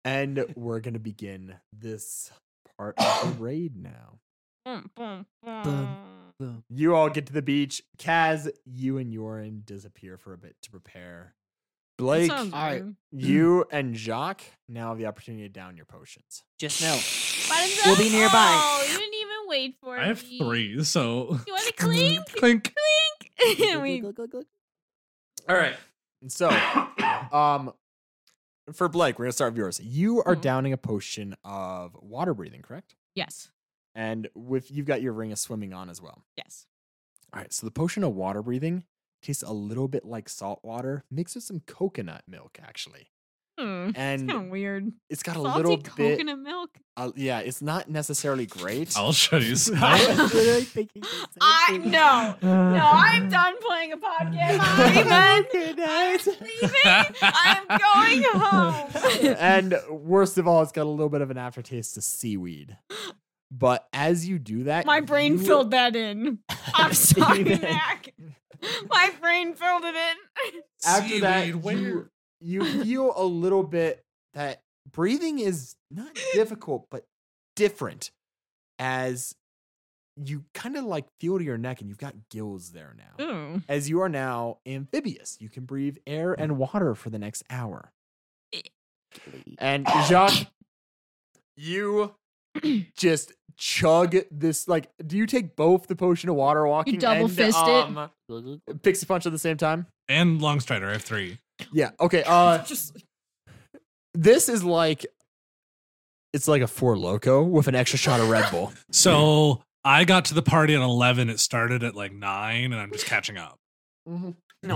And we're gonna begin this part of the raid now.
Boom, boom,
Boom.
You all get to the beach. Kaz, you and Yorin disappear for a bit to prepare. Blake,
Sounds
I-
rude.
you and Jacques now have the opportunity to down your potions.
Just know.
Bottoms
We'll
up?
be nearby.
Oh, you didn't even wait for
I have
me.
three, so.
You want to clink?
Clink.
Clink. And we-
Glug, glug, glug, glug.
All right. And so, um, for Blake, we're gonna start with yours. You are
Mhm.
downing a potion of water breathing, correct?
yes,
And with you've got your ring of swimming on as well.
yes.
All right, so the potion of water breathing tastes a little bit like salt water, mixed with some coconut milk, actually.
Hmm. It's
And
kind of weird.
it's got a
Salty
little
coconut
bit.
milk.
Uh, yeah, it's not necessarily great.
I'll show you.
I
some.
was literally thinking the same
I
thing.
no, no.
Uh,
I'm done playing a podcast. I'm
Good
I'm
night.
leaving. I'm going home.
and worst of all, it's got a little bit of an aftertaste of seaweed. But as you do that,
My brain
you-
filled that in. I'm sorry, Mac. My brain filled it in.
After that,
Seaweed,
you, you feel a little bit that breathing is not difficult, but different as you kind of like feel to your neck and you've got gills there now.
Ooh.
as you are now amphibious. You can breathe air and water for the next hour. And Jacques, you just chug this. Like, do you take both the potion of water walking
double
and,
fist it?
um, it? Pixie punch at the same time?
And long strider, I have three.
Yeah. Okay. Uh,
just
this is like, it's like a four loco with an extra shot of Red Bull.
So I got to the party at eleven. It started at like nine, and I'm just catching up.
No,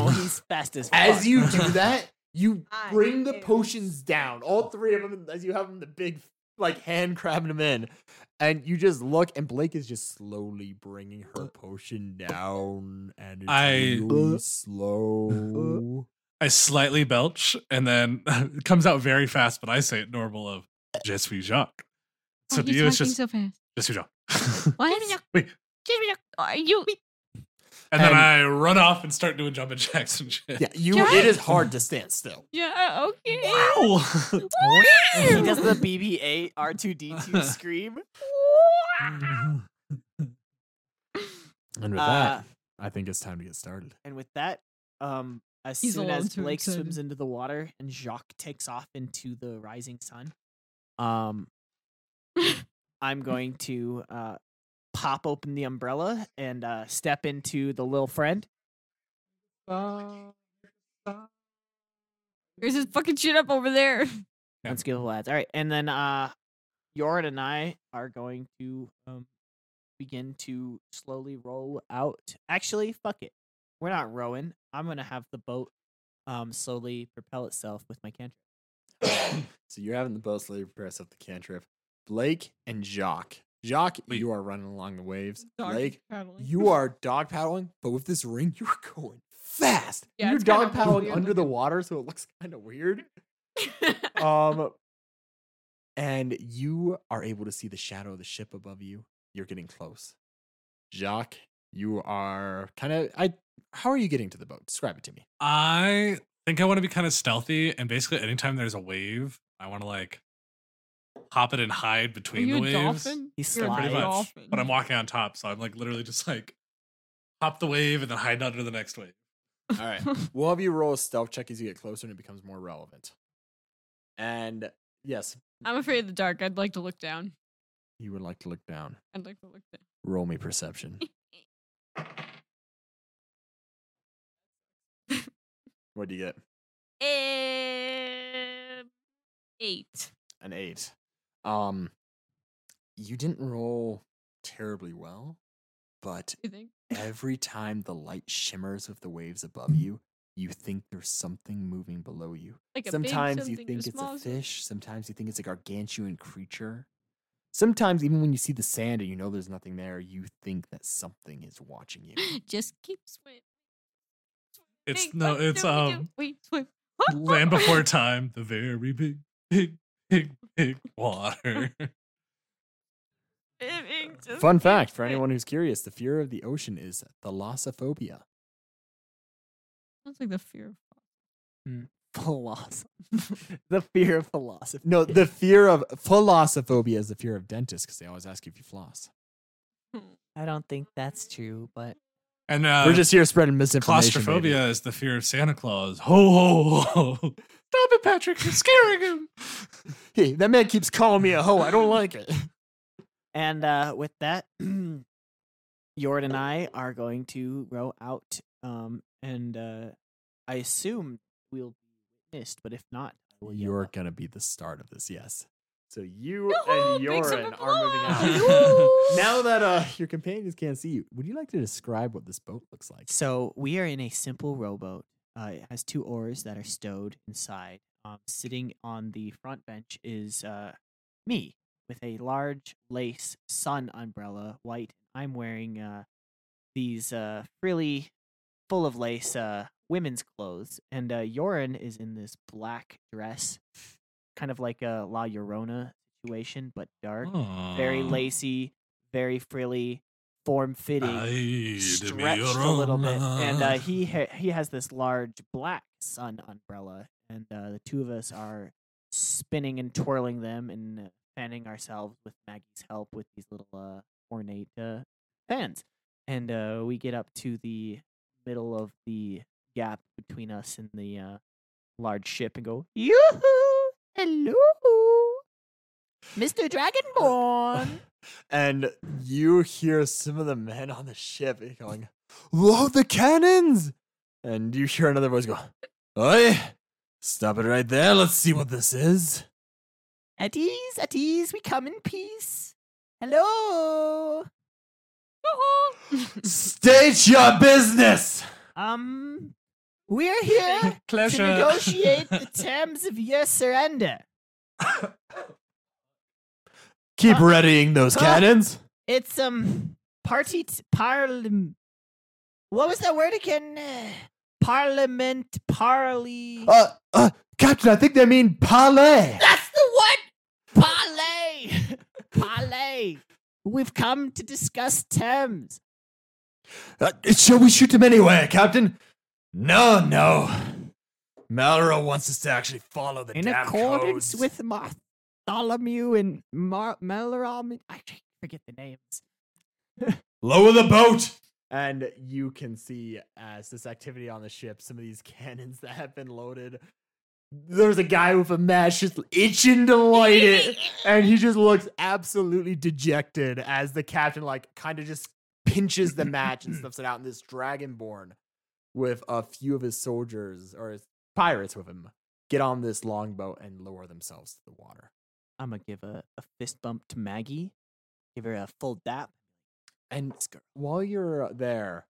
he's fast as fuck.
As you do that, you
I
bring the
am
potions down, all three of them, as you have them, the big like hand crabbing them in, and you just look, and Blake is just slowly bringing her potion down, and it's
I-
really slow.
I slightly belch, and then it comes out very fast. But I say it normal of Je suis Jacques.
Oh,
So to you, it's just
so fast.
Je suis Jacques.
What?
Wait.
Are uh, you?
And then
And-
I run off and start doing jumping jacks and shit.
yeah, you.
Can I-
It is hard to stand still.
Yeah. Okay.
Wow.
he does the BB-8 R2D2 scream.
And with
Uh,
that, I think it's time to get started.
and with that, um, as
He's
soon
a
as
little too
Blake swims
excited.
into the water and Jacques takes off into the rising sun, um, I'm going to uh, pop open the umbrella and uh, step into the little friend.
There's his fucking shit up over there.
Yeah.
Unskillful lads. All right, and then uh, Yorin and I are going to um, begin to slowly roll out. Actually, fuck it, we're not rowing. I'm gonna have the boat um, slowly propel itself with my cantrip.
So you're having the boat slowly press up the cantrip. Blake and Jacques. Jacques,
Wait.
you are running along the waves.
Dog
Blake,
paddling.
you are dog paddling, but with this ring, you're going fast.
Yeah,
you're
it's kinda
dog paddling
weird
under the
looking.
water, so it looks kind of weird. Um, and you are able to see the shadow of the ship above you. You're getting close. Jacques, you are kind of. I. How are you getting to the boat? Describe it to me.
I think I want to be kind of stealthy, and basically, anytime there's a wave, I want to like hop it and hide
Are
between
you
the
a
waves.
dolphin?
He
You're a
Pretty
Live.
much.
dolphin.
But I'm walking on top, so I'm like literally just like hop the wave and then hide under the next wave.
All right. We'll have you roll a stealth check as you get closer and it becomes more relevant. And yes,
I'm afraid of the dark. I'd like to look down.
you would like to look down.
I'd like to look down.
Roll me perception. what do you get?
Um, eight.
An eight. Um, you didn't roll terribly well, but
You think?
every time the light shimmers with the waves above you, you think there's something moving below you.
Like a
sometimes
big,
you
something,
think it's
small
a fish sometimes you think it's a gargantuan creature sometimes even when you see the sand and you know there's nothing there you think that something is watching you
something. Just keep swimming.
It's no, it's um
Wait, swim.
land before time, the very big, big, big, big water.
Swimming, just
fun
keep
fact for
swimming.
anyone who's curious the fear of the ocean is thalassophobia
Sounds like the fear of
philosophy. the fear of philosophy.
no the fear of thalassophobia is the fear of dentists because they always ask you if you floss
I don't think that's true, but
And uh,
we're just here spreading misinformation
claustrophobia is the fear of Santa Claus. Ho ho ho! Stop it, Patrick! You're scaring him.
baby. hey that man keeps calling me a hoe i don't like it
and uh, with that, Yord and I are going to row out, um, and uh, I assume we'll be witnessed, but if not, we'll yell
you're
out.
gonna be the start of this yes so you
Yoo-hoo,
and
big silver
Yoren are moving out
balloon!
Now that uh, your companions can't see you, would you like to describe what this boat looks like?
So we are in a simple rowboat. Uh, it has two oars that are stowed inside. Um, sitting on the front bench is uh, me with a large lace sun umbrella, white. I'm wearing uh, these uh, frilly, full of lace uh, women's clothes, and uh, Yoren is in this black dress, kind of like a La Llorona situation, but dark, very lacy, very frilly, form fitting stretched a little bit, and uh, he ha- he has this large black sun umbrella, and uh, the two of us are spinning and twirling them and uh, fanning ourselves with Maggie's help with these little uh, ornate uh, fans, and uh, we get up to the middle of the gap between us and the uh, large ship and go yoo-hoo! Hello, Mr. Dragonborn.
and you hear some of the men on the ship going, "Load the cannons!" And you hear another voice go, "Oi, stop it right there! Let's see what this is."
at ease, at ease, we come in peace. Hello.
State your business.
Um, we're here to
Pleasure.
negotiate the terms of your surrender.
Keep
Huh?
readying those
Huh?
cannons.
It's um party t- parlim. What was that word again? Uh, Parliament parley.
Uh, uh, Captain, I think they mean parlay.
That's the one. Parley. parley. We've come to discuss terms.
Uh, shall we shoot them anyway, Captain? No, no. Malra wants us to actually follow the
In
damn
accordance
codes.
with Bartholomew and Mar- Melram. I forget the names.
Lower the boat! And you can see as this activity on the ship, some of these cannons that have been loaded. There's a guy with a mask just itching to light it. and he just looks absolutely dejected as the captain, like, kind of just pinches the match and stuffs it out. And this dragonborn with a few of his soldiers or his pirates with him get on this longboat and lower themselves to the water.
I'm gonna give a, a fist bump to Maggie. Give her a full dap.
And while you're there,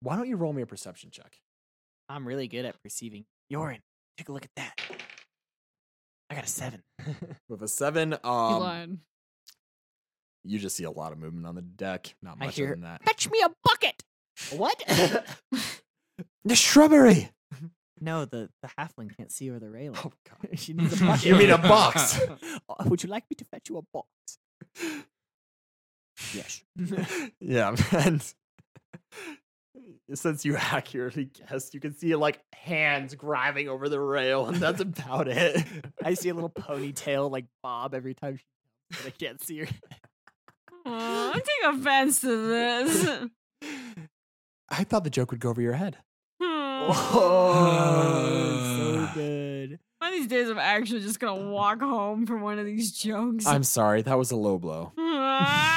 why don't you roll me a perception check?
I'm really good at perceiving. Yorin, take a look at that. I got a seven.
With a seven,
You
um,
lied.
you just see a lot of movement on the deck. Not
I
much
hear-
other than that.
Fetch me a bucket. What?
The shrubbery.
no, the the halfling can't see over the railing.
Oh god.
she needs a bucket.
You mean a box?
Uh, Would you like me to fetch you a box? Yes.
yeah, and since you accurately guessed, you can see like hands grabbing over the rail, and that's about it.
I see a little ponytail like bob every time she but I can't see her.
Aw, I take offense to this.
I thought the joke would go over your head.
Oh, so
Uh.
good.
One of these days, I'm actually just gonna walk home from one of these jokes.
I'm sorry, that was a low blow.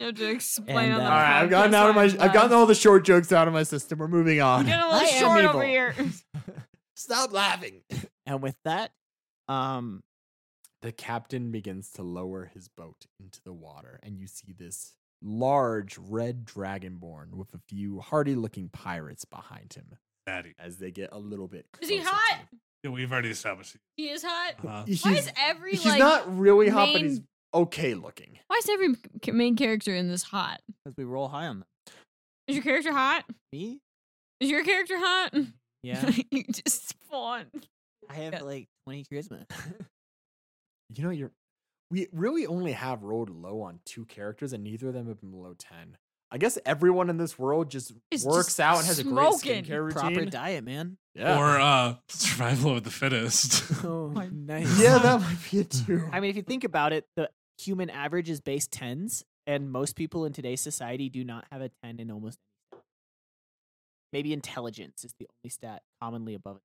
you have to explain
And,
on the
uh,
All
All
right, I've
podcast
gotten out of
why
my,
you
I've
laugh.
gotten all the short jokes out of my system. We're moving
You're
on.
getting a
I
little
am
short
evil.
over here.
Stop laughing.
And with that, um,
the captain begins to lower his boat into the water, and you see this large red dragonborn with a few hardy looking pirates behind him
Daddy.
as they get a little bit
Is he
closer to
hot?
him.
Yeah, we've already established.
He is hot.
Uh,
He's,
Why is every
he's
like
not really hot, but
main-
he's okay looking.
Why is every c- main character in this hot?
because we roll high on them.
Is your character hot?
Me?
Is your character hot?
Yeah.
you just spawned.
I have
Yeah.
like 20 charisma.
You know, you're we really only have rolled low on two characters, and neither of them have been below ten. I guess everyone in this world just
Is
works
just
out and has a great
smoking.
skincare routine.
Proper diet, man.
yeah.
Or uh, survival of the fittest.
Oh,
My
nice.
yeah, that might be it too.
I mean, if you think about it, the human average is base tens, and most people in today's society do not have a 10 in almost Maybe intelligence is the only stat commonly above it.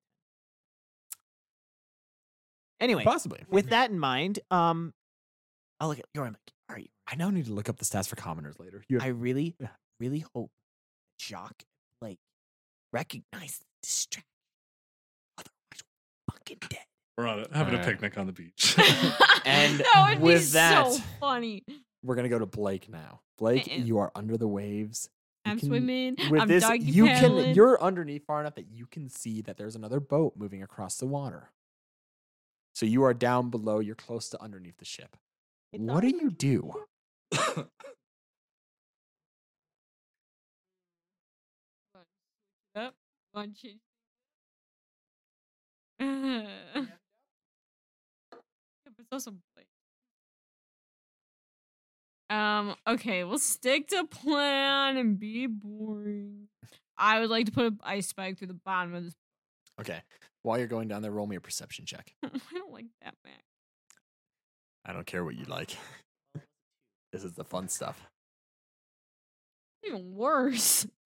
Anyway,
Possibly.
with that in mind, um, I'll look at your mic. All right,
I now need to look up the stats for commoners later. You
I really,
Yeah.
really hope Jock like recognize the distraction. Otherwise, we're fucking dead.
We're on it, having a
Uh.
picnic on the beach.
And
that would be
with
so
that-
funny.
We're gonna go to Blake now. Blake,
Uh-uh.
you are under the waves. You
I'm
can-
swimming.
With
I'm
this,
doggy
you
paddling.
can you're underneath far enough that you can see that there's another boat moving across the water. So you are down below. You're close to underneath the ship. What do you do?
Yep. One change. yeah, but it's also Blake. Um, okay, we'll stick to plan and be boring. I would like to put an ice spike through the bottom of this.
Okay. While you're going down there, roll me a perception check.
I don't like that, man.
I don't care what you like. this is the fun stuff.
Even worse.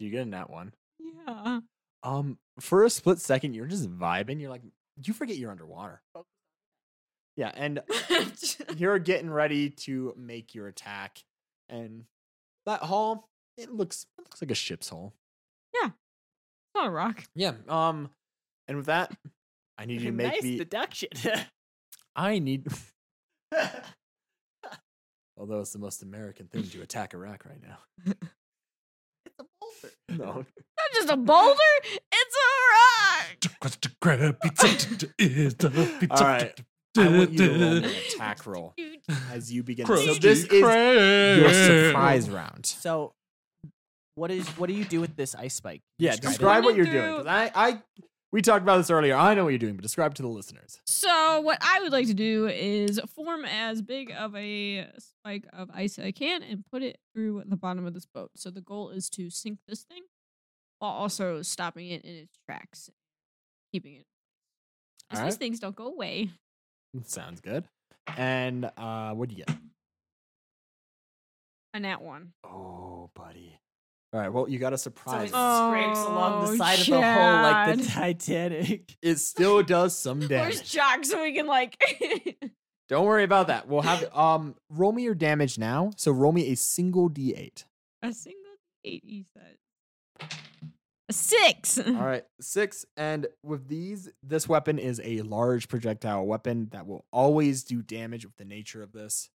You get in that one.
Yeah.
Um, for a split second, you're just vibing. You're like, You forget you're underwater. Yeah, and you're getting ready to make your attack, and that hull it looks it looks like a ship's hull.
not a rock.
Yeah. Um, and with that, I need you to make
nice
me.
deduction.
I need. Although it's the most American thing to attack Iraq right now. it's a boulder. No,
Not just a boulder. It's a rock.
All
All
right. I want you to roll an attack roll
Dude,
as you begin.
Crusty
So this is your surprise round.
so, what is what do you do with this ice spike?
Yeah,
Describe it.
describe what you're
Wanna
doing.
do-
'cause I, I, we talked about this earlier. I know what you're doing, but describe to the listeners.
So what I would like to do is form as big of a spike of ice as I can and put it through the bottom of this boat. So the goal is to sink this thing while also stopping it in its tracks, keeping it.
All
So These
right.
things don't go away.
Sounds good. And uh, what do you get?
A nat one.
Oh, buddy. All right. Well, you got a
So
surprise.
it scrapes along
Oh,
the side of the hull like the
Chad.
Titanic.
it still does some
Where's
damage.
Jock so we can like?
Don't worry about that. We'll have um roll me your damage now. So roll me a single d8.
a single eight. He said. A six.
All right, six. And with these, this weapon is a large projectile weapon that will always do damage with the nature of this.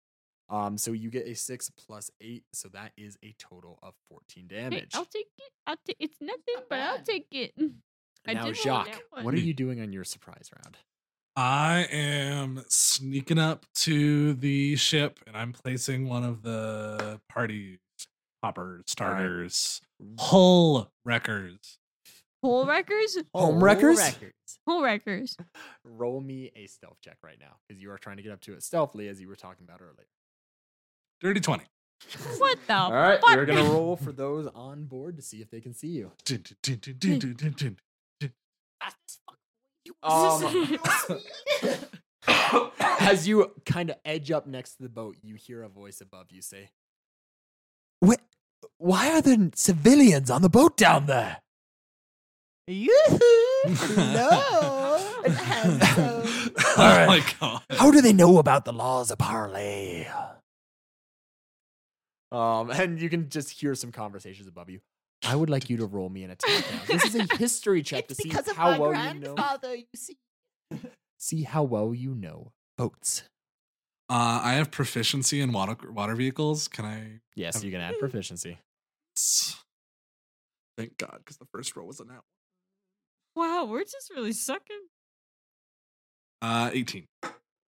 Um, so you get a six plus eight, so that is a total of 14
Hey, oh,
damage.
I'll take it. I'll ta- it's nothing,
Not
but I'll
bad.
take it. I
now,
did roll a
Jacques,
nat one.
what are you doing on your surprise round?
I am sneaking up to the ship and I'm placing one of the party popper starters,
Mm.
hull wreckers.
Hole wreckers?
Home
Home
wreckers?
records.
Hole wreckers.
Roll me a stealth check right now, because you are trying to get up to it stealthily, as you were talking about earlier.
Dirty 20.
What the?
All right,
fuck?
we're gonna roll for those on board to see if they can see you.
Dun, dun, dun, dun, dun, dun, dun, dun.
Um, as you kind of edge up next to the boat, you hear a voice above you say, "What? Why are there civilians on the boat down there?"
Hello,
and All
handsome. Oh
right.
my god.
How do they know about the laws of parley? Um, and you can just hear some conversations above you. I would like you to roll me an attack. Now. This is a history check to see how well you know.
you see.
See how well you know boats.
Uh, I have proficiency in water water vehicles. Can I?
Yes, you can add proficiency.
Thank God, because the first roll was a nat.
Wow, we're just really sucking.
Uh, eighteen.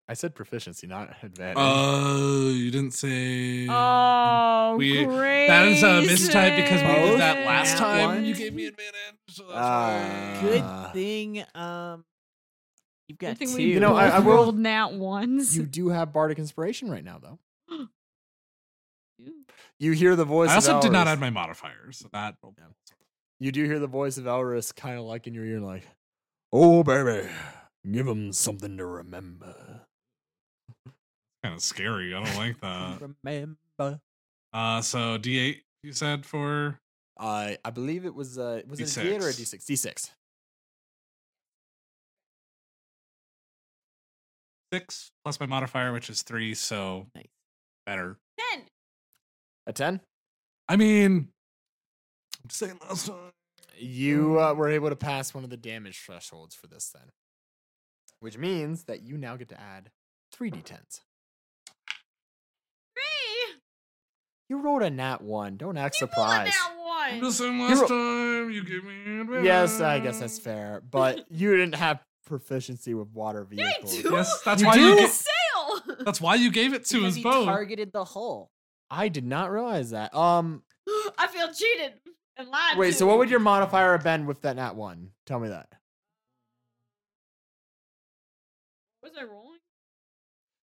I said proficiency, not advantage.
Oh, you didn't say.
Oh,
we-
great.
that is a mistype because we did that
Both
last
nat
time. You
ones.
gave me advantage. So that's
Ah.
why.
Good
Uh,
thing. Um, you've got
think
two.
we
You know, I-
both
I will-
rolled nat ones.
you do have bardic inspiration right now, though.
Ooh.
You hear the voice.
I also
of
did not
Elris.
add my modifier, so that.
You do hear the voice of Elris, kind of like in your ear, like, "Oh, baby, give him something to remember."
kind of scary. I don't like that.
remember.
Uh, so D8 you said for
I I believe it was uh was it a D8 or a D6? D6.
six plus my modifier, which is three, so
Nice.
better.
Ten.
A ten.
I mean, I'm just saying last time.
You uh, were able to pass one of the damage thresholds for this, then, which means that you now get to add three D10s.
Three.
You rolled a nat one. Don't act
You rolled a
surprised.
nat one.
I'm just saying
You
last
ro-
time you gave me advantage.
Yes, I guess that's fair. But you didn't have proficiency with water
Yeah, I
vehicles.
do.
Yes, that's
You
why
do?
you.
It's
Get,
a sail.
that's why you gave it to
Because
his
he
boat.
targeted the hull.
I did not realize that. Um,
I feel cheated and lied.
wait.
to.
So what would your modifier have been with that nat one? Tell me that.
Was I rolling?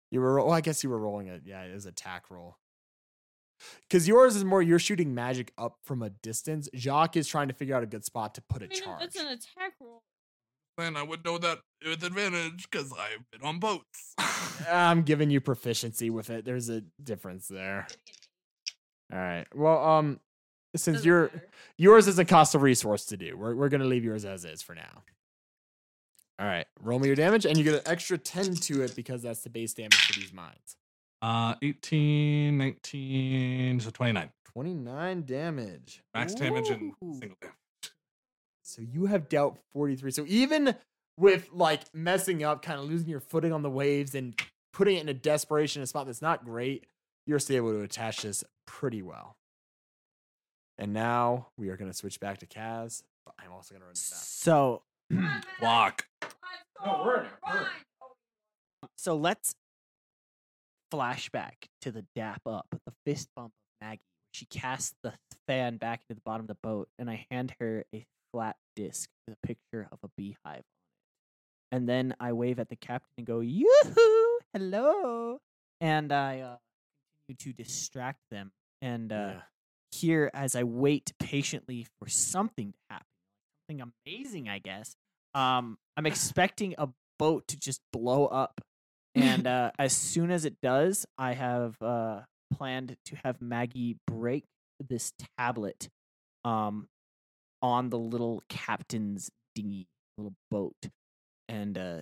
You were. Well, I guess you were rolling it. Yeah, it was attack roll. Because yours is more. You're shooting magic up from a distance. Jacques is trying to figure out a good spot to put a
I mean,
charge.
that's an attack roll.
Then I would know that with advantage because I've been on boats.
I'm giving you proficiency with it. There's a difference there. All right. Well, um, since
Doesn't
you're
matter.
yours is a cost of resource to do. We're we're gonna leave yours as is for now. All All right, roll me your damage, and you get an extra 10 to it because that's the base damage for these mines.
Uh, 18, 19, so 29.
29 damage.
Max damage and
Ooh.
single damage.
So you have dealt 43. So even with like messing up, kind of losing your footing on the waves and putting it in a desperation a spot that's not great, you're still able to attach this pretty well. And now we are going to switch back to Kaz, but I'm also going to run fast.
So
Hmm, Walk.
No, we're in a hurry.
so let's flashback to the dap up, the fist bump of Maggie. She casts the fan back into the bottom of the boat, and I hand her a flat disc with a picture of a beehive on it. And then I wave at the captain and go, "Yoo-hoo, hello!" And I uh, continue to distract them. And uh,
Yeah.
here as I wait patiently for something to happen, something amazing, I guess. Um, I'm expecting a boat to just blow up, and uh, as soon as it does, I have uh, planned to have Maggie break this tablet, um, on the little captain's dinghy, little boat, and uh,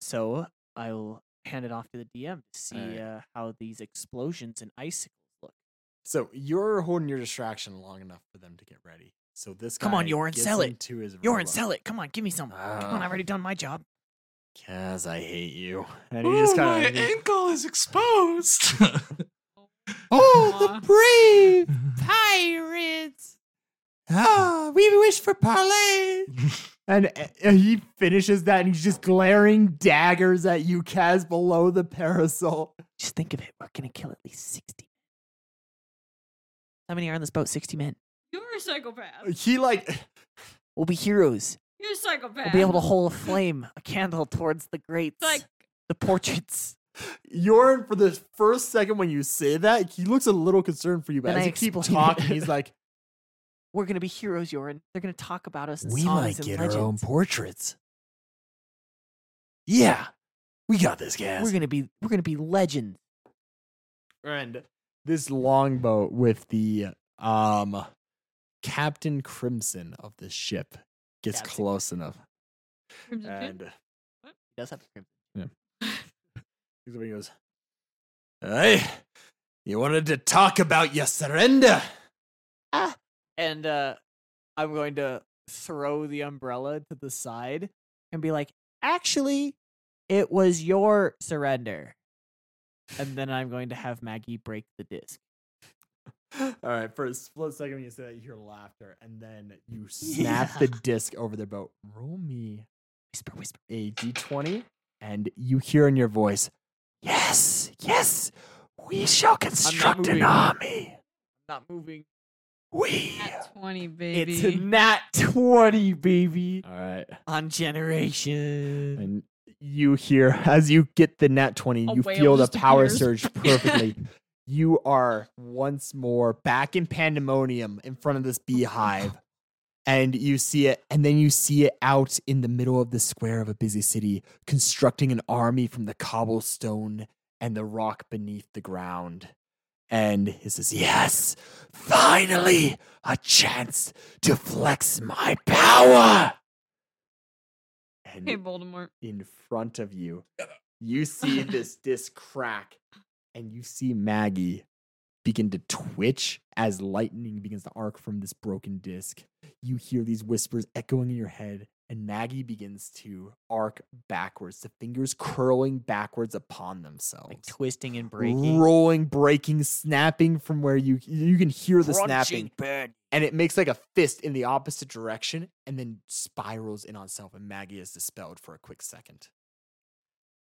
so I'll hand it off to the DM to see
Alright.
uh, how these explosions and icicles look.
So you're holding your distraction long enough for them to get ready. So this
Come on,
guy
Yoren,
gets
sell it.
into his
Yoren,
robot.
sell it. Come on, give me some. Come on,
Ah.
I've already done my job.
Kaz, I hate you. And he
Oh,
just
my
kind of
ankle is exposed.
Oh, the
brave
Pirates.
Ah, we wish for parlay. and uh, he finishes that and he's just glaring daggers at you, Kaz, below the parasol.
Just think of it. We're gonna kill at least sixty. How many are on this boat? Sixty men.
You're a psychopath.
He like
We'll be heroes.
You're a psychopath.
We'll be able to hold a flame, a candle towards the grates,
It's like
the portraits.
Yorin for the first second when you say that, he looks a little concerned for you, but
Then
as
I
you keep
explain.
talking, he's like,
We're gonna be heroes, Yoren. They're gonna talk about us. In songs and legends.
portraits. Yeah, we got this, Kaz.
We're gonna be. We're gonna be legends.
and this longboat with the um captain crimson of the ship gets
Captain
close enough
Crimson Kid?
and uh,
He does have a crimson.
looks up and goes hey you wanted to talk about your surrender
And uh, I'm going to throw the umbrella to the side and be like, actually, it was your surrender. And then I'm going to have Maggie break the disc.
all right for a split second when you say that you hear laughter and then you snap the disc over the boat roll me
Whisper, whisper.
a d20 and you hear in your voice yes yes we shall construct an
moving.
army
Not moving.
we
Nat 20, baby.
It's a nat 20, baby.
all right
On generation.
And you hear, as you get the nat 20,
A
you
whale
feel the
just
power
appears.
surge perfectly. you are once more back in pandemonium in front of this beehive. And you see it, and then you see it out in the middle of the square of a busy city, constructing an army from the cobblestone and the rock beneath the ground. And he says, Yes, finally, a chance to flex my power. And
Hey, Voldemort.
in front of you. You see this disc crack, and you see Maggie begin to twitch as lightning begins to arc from this broken disc. You hear these whispers echoing in your head, and Maggie begins to arc backwards, the fingers curling backwards upon themselves.
Like twisting and breaking.
Rolling, breaking, snapping from where you you can hear the snapping
Bird.
and it makes like a fist in the opposite direction and then spirals in on itself and maggie is dispelled for a quick second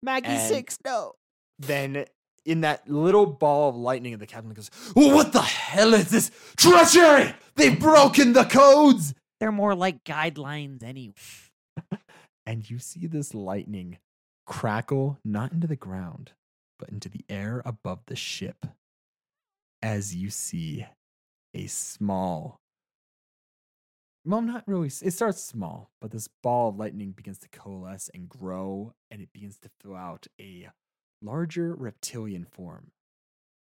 Maggie
And-
6, no.
then in that little ball of lightning the captain goes "Oh, what the hell is this treachery they've broken the codes
They're more like guidelines anyway.
and you see this lightning crackle not into the ground but into the air above the ship as you see a small well not really s- it starts small but this ball of lightning begins to coalesce and grow and it begins to fill out a larger reptilian form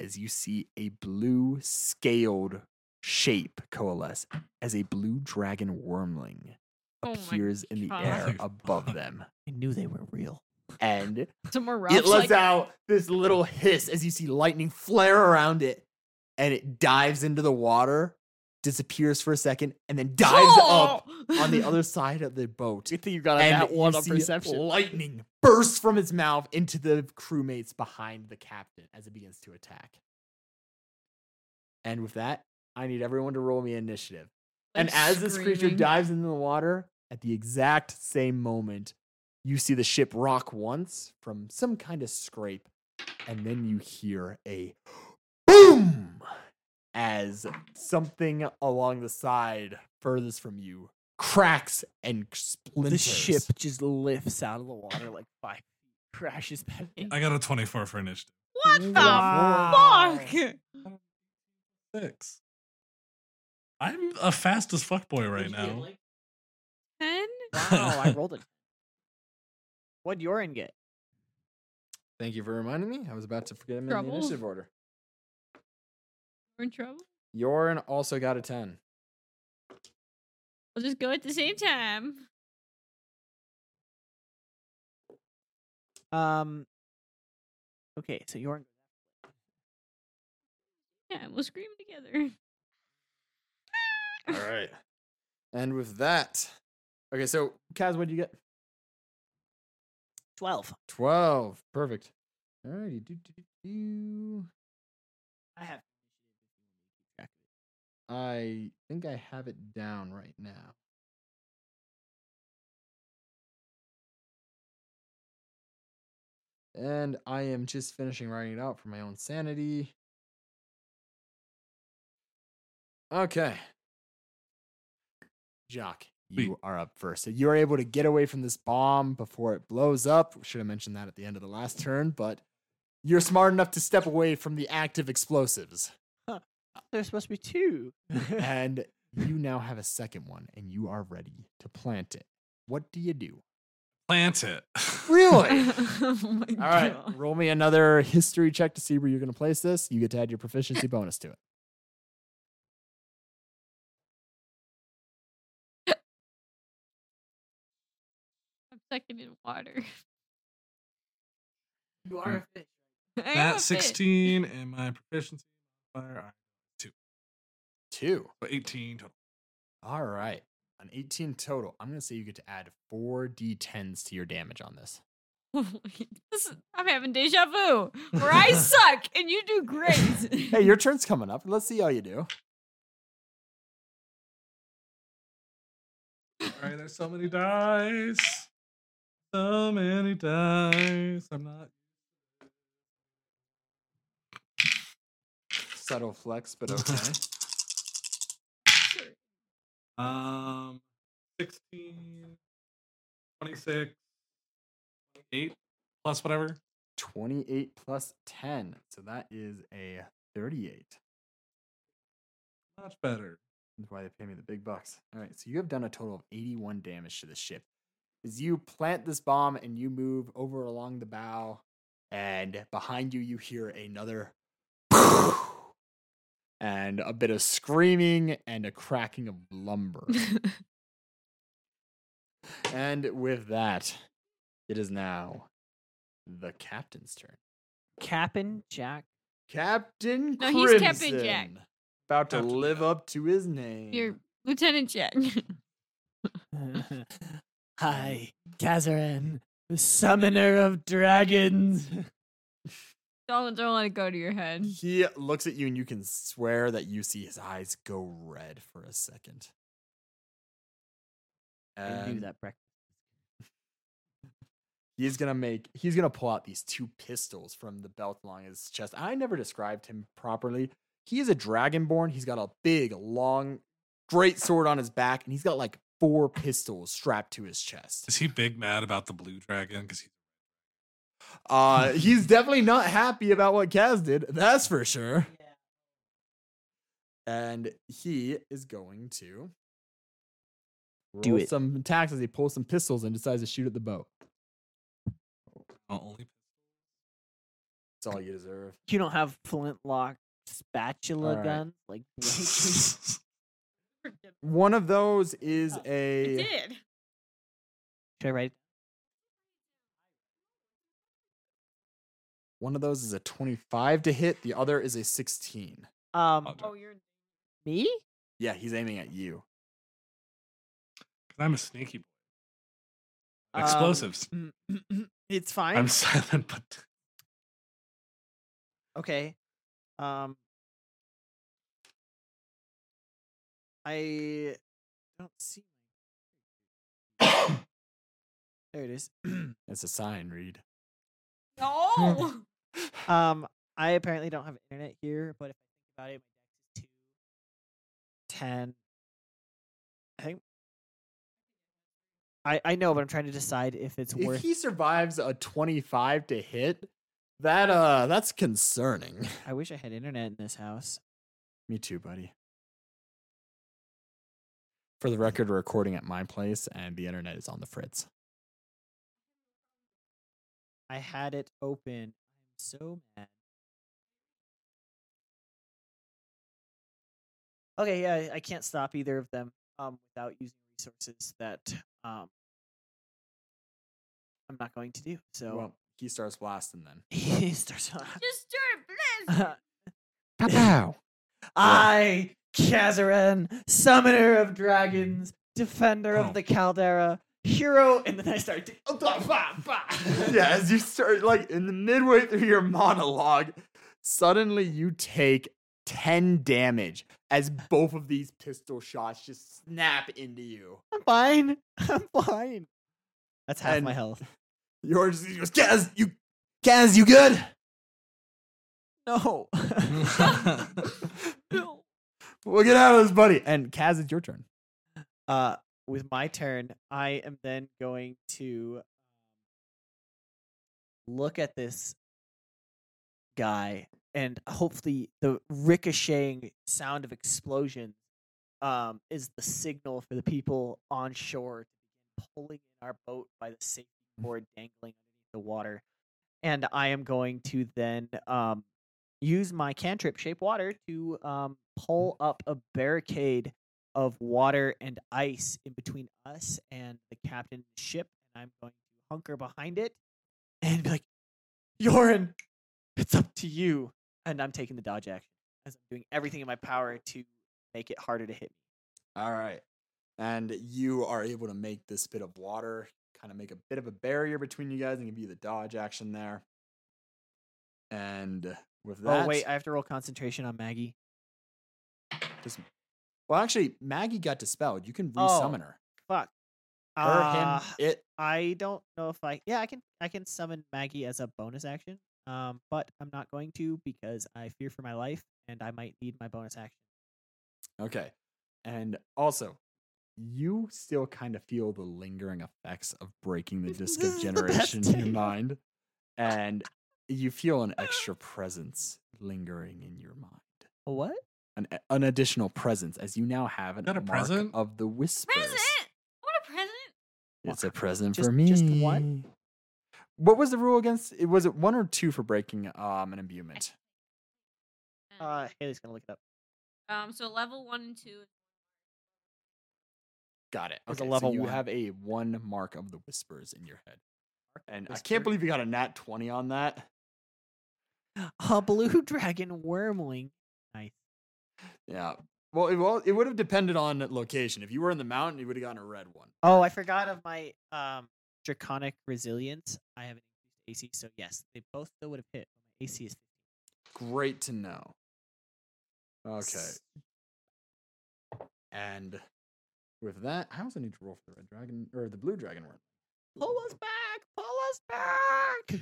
as you see a blue scaled shape coalesce as a blue dragon wormling
Oh my
appears in the
God.
air
Nothing
above
fun.
them.
I knew they were real.
And
Some more
it
rocks.
lets
Like,
out this little hiss as you see lightning flare around it and it dives into the water, disappears for a second, and then dives up on the other side of the boat.
Good thing you got
and
that
you
one on
see
perception.
Lightning bursts from its mouth into the crewmates behind the captain as it begins to attack. And with that, I need everyone to roll me initiative. and
like,
as this creature
screaming.
dives into the water, at the exact same moment, you see the ship rock once from some kind of scrape, and then you hear a boom as something along the side furthest from you cracks and splinters.
The ship just lifts out of the water like five feet, crashes back. in.
I got a 24 for initiative.
What the
Wow.
fuck?
Six. I'm a fast as fuck boy right now.
Ten?
Wow, I rolled it. What'd Yorin get?
Thank you for reminding me. I was about to forget him in
Trouble.
the initiative order.
We're in trouble.
Yorin also got a 10.
We'll just go at the same time.
Um. Okay, so Yorin.
Yeah, we'll scream together.
All right. And with that, okay, so Kaz, what did you get?
Twelve.
12. Perfect. All righty. Do, do, do, do.
I have.
I think I have it down right now. And I am just finishing writing it out for my own sanity. Okay. Jock, you
Wait.
are up first. So you're able to get away from this bomb before it blows up. We should have mentioned that at the end of the last turn, but you're smart enough to step away from the active explosives
There's supposed to be two.
and you now have a second one and you are ready to plant it. What do you do?
Plant it.
Really?
oh my
All right,
God.
roll me another history check to see where you're going to place this. You get to add your proficiency bonus to it.
I'm second in water.
You
are
a fish.
I am a
That
fish.
16 and my proficiency modifier
Two.
I- 18 total.
All right. An 18 total. I'm going to say you get to add four d10s to your damage on this.
Oh This is- I'm having deja vu where I suck and you do great.
Hey, your turn's coming up. Let's see how you do.
All right, there's so many dice. So many dice. I'm not.
Subtle flex, but okay.
Um, 16, 26, 8, plus whatever.
28 plus 10. So that is a 38.
Much better.
That's why they pay me the big bucks. All right, so you have done a total of 81 damage to the ship. As you plant this bomb and you move over along the bow, and behind you, you hear another and a bit of screaming and a cracking of lumber. and with that, it is now the captain's turn.
Cap'n Jack.
Captain
No,
Crimson.
he's Captain Jack.
About to
Captain
live
Jack.
up to his name.
You're Lieutenant Jack.
Hi, Kazarin, the summoner of dragons.
don't don't let it go to your head.
He looks at you, and you can swear that you see his eyes go red for a second.
I knew
And
that breakfast.
he's gonna make he's gonna pull out these two pistols from the belt along his chest. I never described him properly. He is a dragonborn. He's got a big, long, great sword on his back, and he's got like four pistols strapped to his chest.
Is he big mad about the blue dragon? Because he
Uh, he's definitely not happy about what Kaz did. That's for sure. And he is going to
Do
roll
it.
some attacks as he pulls some pistols and decides to shoot at the boat.
I'll only
That's all you deserve.
You don't have flintlock spatula
Alright.
guns like.
One of those is
I
a
did.
Should I write?
One of those is a 25 to hit, the other is a 16.
Um,
do-
Oh, you're
me?
Yeah, he's aiming at you.
Because I'm a sneaky boy.
Um,
Explosives.
it's fine.
I'm silent, but
Okay. Um I don't see There it is.
It's a sign, Reed.
no.
Um I apparently don't have internet here, but if I think about it, my dex is two ten. I think I, I know, but I'm trying to decide if it's
If
worth
he survives a 25 to hit, that uh that's concerning.
I wish I had internet in this house.
Me too, buddy. For the record, we're recording at my place and the internet is on the fritz.
I had it open. I'm so mad. Okay, yeah, I can't stop either of them um, without using resources that um, I'm not going to do. So
Well, he starts blasting then.
he starts.
Just do it, please.
on. I, Kazarin, summoner of dragons, defender
Oh.
of the Caldera, hero, and then I start. to-
yeah, as you start like in the midway through your monologue, suddenly you take 10 damage as both of these pistol shots just snap into you.
I'm fine. I'm fine. That's half my
And-
health.
Yours he goes, Kaz, you Kaz, you good?
No.
Mm-hmm.
No.
Well get out of this, buddy. And Kaz, it's your turn.
uh with my turn i am then going to um, look at this guy and hopefully the ricocheting sound of explosion um is the signal for the people on shore to begin pulling in our boat by the safety board dangling underneath the water and i am going to then um use my cantrip shape water to um pull up a barricade of water and ice in between us and the captain's ship, and I'm going to hunker behind it and be like, Yorin, it's up to you. And I'm taking the dodge action as I'm doing everything in my power to make it harder to hit me.
All right. And you are able to make this bit of water kind of make a bit of a barrier between you guys and give you the dodge action there. And with that,
Oh, wait, I have to roll concentration on Maggie.
just, well, actually, Maggie got dispelled. You can resummon her.
Fuck.
Her,
Oh, Uh,
him, it.
I don't know if I yeah, I can I can summon Maggie as a bonus action. Um, but I'm not going to because I fear for my life and I might need my bonus action.
Okay. And also, you still kind of feel the lingering effects of breaking the disc of
This is the best
generation in your
day.
mind. And you feel an extra presence lingering in your mind.
A what?
an, an additional presence as you now have an,
that a
mark
present?
of the whispers.
Present. What a present.
It's a present
Just-
for me.
just one?
What was the rule against? It was it one or two for breaking um an imbuement?
Uh Haley's gonna look it up.
um. So level one and two.
Got it.
It's a
Okay,
level
so you
one.
have a one mark of the whispers in your head, and I
Whisper.
can't believe you got a nat twenty on that.
A blue dragon wormling. Nice.
Yeah. Well, it, well, it would have depended on location. If you were in the mountain, you would have gotten a red one.
Oh, I forgot of my um draconic resilience. I have an increased AC, so yes, they both still would have hit. My AC is
Great to know. Okay.
s-
And with that, I also need to roll for the red dragon or the blue dragon worm.
Pull us back! Pull us back!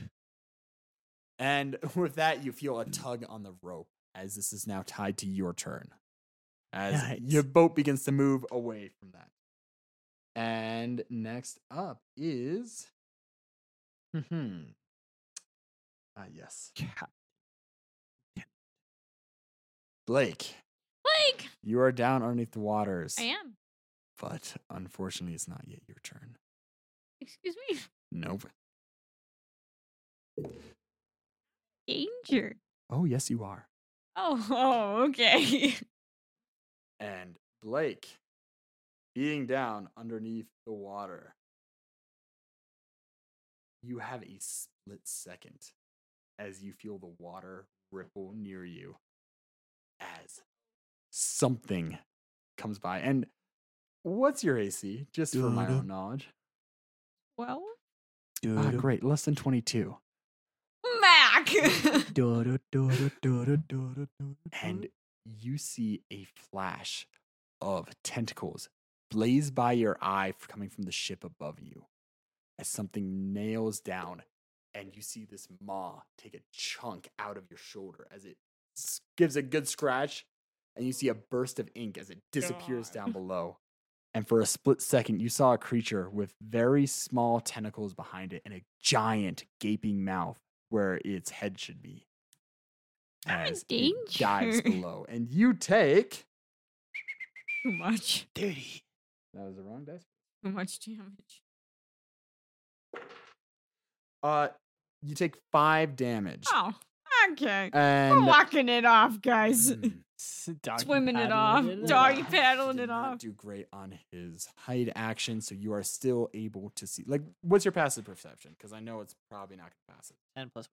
And with that, you feel a tug on the rope as this is now tied to your turn. As
Nice.
your boat begins to move away from that. And next up is. Hmm. Ah, yes.
Ca-
Blake,
Blake,
you are down underneath the waters.
I am.
But unfortunately, it's not yet your turn.
Excuse me.
Nope.
Danger.
Oh, yes, you are.
Oh. Oh. Okay.
and Blake being down underneath the water. You have a split second as you feel the water ripple near you as something comes by. And what's your AC? Just for my own
Dun-dun.
knowledge.
Well,
Ah, great. Less than 22.
Mac.
Mm-hmm.
and you see a flash of tentacles blaze by your eye f- coming from the ship above you as something nails down and you see this maw take a chunk out of your shoulder as it s- gives a good scratch and you see a burst of ink as it disappears down below and for a split second you saw a creature with very small tentacles behind it and a giant gaping mouth where its head should be
I'm in
as it dives
danger.
below and you take
Too much.
Dirty.
that was the wrong dice
Too much damage.
uh you take five damage
Oh, okay.
and
We're walking it off, guys.
Mm.
Swimming it off. Doggy paddling
He
it
did not
off.
Do great on his hide action, so you are still able to see. Like, what's your passive perception? Because I know it's probably not gonna pass it.
Ten plus.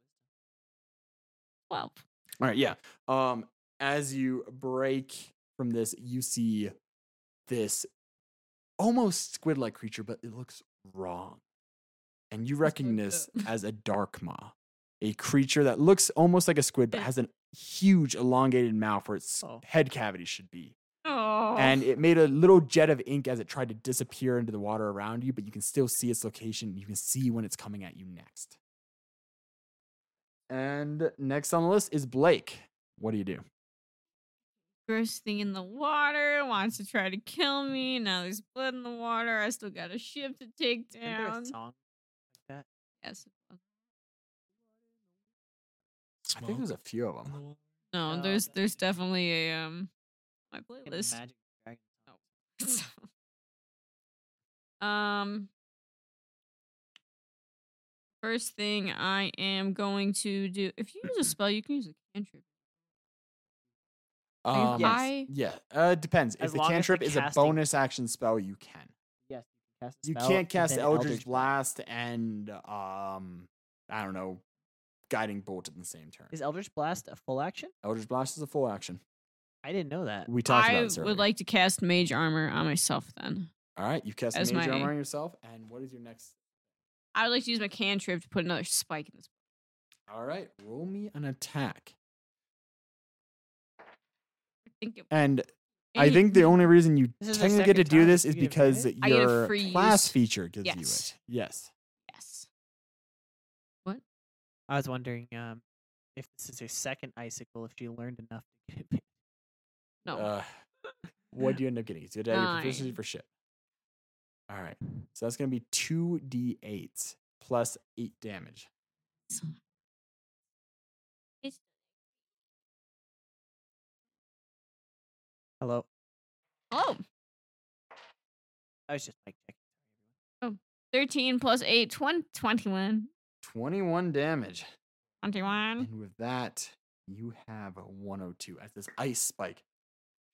Well,
All right, yeah. Um, as you break from this, you see this almost squid-like creature, but it looks wrong, and you recognize
up.
as a dark maw, a creature that looks almost like a squid but has a huge, elongated mouth where its
Oh.
head cavity should be.
oh.
and it made a little jet of ink as it tried to disappear into the water around you, but you can still see its location. You can see when it's coming at you next. And next on the list is Blake. What do you do?
gross thing in the water wants to try to kill me. Now there's blood in the water. I still got a ship to take
Isn't there
down.
a song like that?
Yes.
I think there's a few of
on the
them.
wall.
No,
No,
there's
that's
there's
it.
definitely a um my
Fucking
playlist.
Magic Dragon song.
So, um first thing I am going to do if you use a spell you can use a cantrip. If
Um,
Yes.
I
Yeah, uh, it depends.
As
if the
long as the
cantrip is a
casting-
bonus action spell, you can.
Yes,
You
you can cast. a spell
can't
and
cast
then
Eldritch,
Blast.
Blast and um, I don't know, Guiding Bolt at the same turn.
Is Eldritch Blast a full action?
Eldritch Blast is a full action.
I didn't know that.
We talked about
I
this earlier.
would like to cast mage armor on myself then.
All right, you cast
as
Mage
my-
Armor on yourself, and what is your next
I would like to use my cantrip to put another spike in this.
All right, roll me an attack.
I think it,
And I think the only reason you
This is the
technically get to
second
do
time
this
you
is
get
because
advantage?
I get a
your
free
class
use.
feature gives you
Yes.
it. Yes.
yes.
I was wondering um, if this is her second icicle. If she learned enough to get it.
No.
Uh, what do you end up getting? It's good to add your proficiency
Oh. Nine.
for shit. All right. So that's going to be 2d8 plus 8 damage.
Hello.
oh,
I was just like checking.
13 plus 8, 20, 21.
21 damage.
21.
And with that, you have a 102 as this ice spike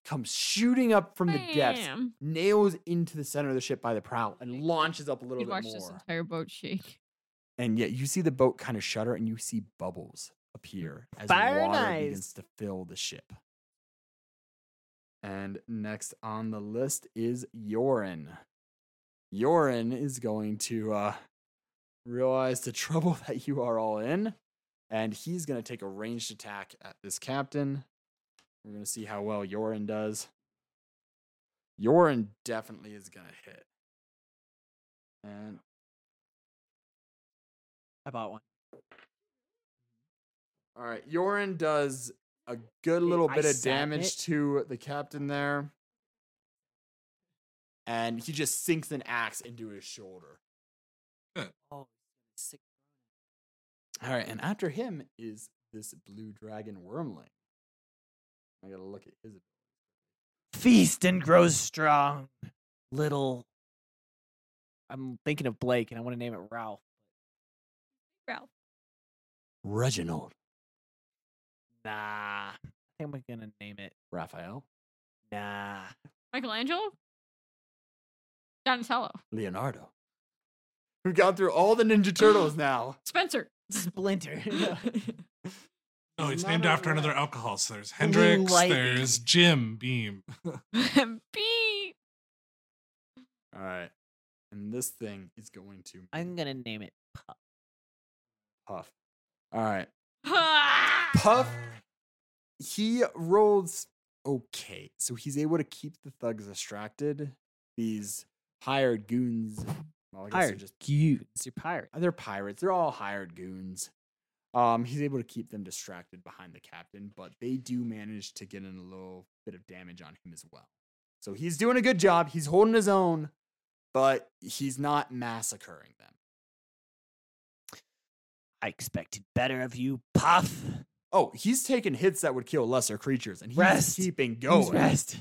comes shooting up from the depths,
Bam.
nails into the center of the ship by the prow, and launches up a little
You
bit
watched this
more.
entire boat shake.
and yet you see the boat kind of shudder and you see bubbles appear as
Fire and
water
ice.
begins to fill the ship. And next on the list is Yorin. Yorin is going to uh, realize the trouble that you are all in, and he's going to take a ranged attack at this captain. We're going to see how well Yorin does. Yorin definitely is going to hit. And
I bought one.
All right, Yorin does a good little
I
bit of
sat in
damage
it.
to the captain there, and he just sinks an axe into his shoulder.
Oh, sick.
All right, and after him is this blue dragon wormling. I gotta look at his.
Feast and grows strong, little. I'm thinking of Blake, and I want to name it Ralph.
Ralph.
Reginald
Nah, I think I'm gonna name it.
Raphael
Nah,
Michelangelo? Donatello.
Leonardo. We've gone through all the Ninja Turtles now.
Spencer.
Splinter.
Oh, it's
Not
named
a
after another
rat.
alcohol. So there's Hendrix,
lightning.
there's Jim Beam.
B.
All right. And this thing is going to
I'm gonna name it. Pup.
puff. All right.
Ah!
Puff, he rolls okay. So he's able to keep the thugs distracted. These hired goons. Well, I guess they're
Pirate.
just
Goons. You're pirate.
they're pirates. They're all hired goons. Um, he's able to keep them distracted behind the captain, but they do manage to get in a little bit of damage on him as well. So he's doing a good job. He's holding his own, but he's not massacring them.
I expected better of you, Puff.
Oh, he's taking hits that would kill lesser creatures, and he's
Rest.
keeping
Who's
going.
rest.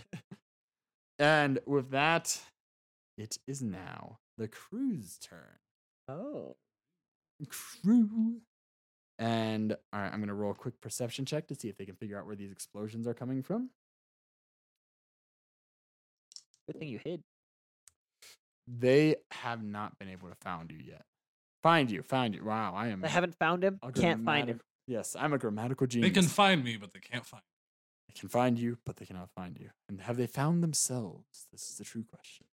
And with that, it is now the crew's turn.
Oh.
Crew. And all right, I'm going to roll a quick perception check to see if they can figure out where these explosions are coming from.
Good thing you hid.
They have not been able to found you yet. Find you, find you. Wow, I am.
I haven't found him.
a
Can't find
grammatic-
him.
Yes, I'm a grammatical
They
genius.
can find me, but they can't find.
they can find you, but they cannot find you. And have they found themselves? This is the true question.
Me.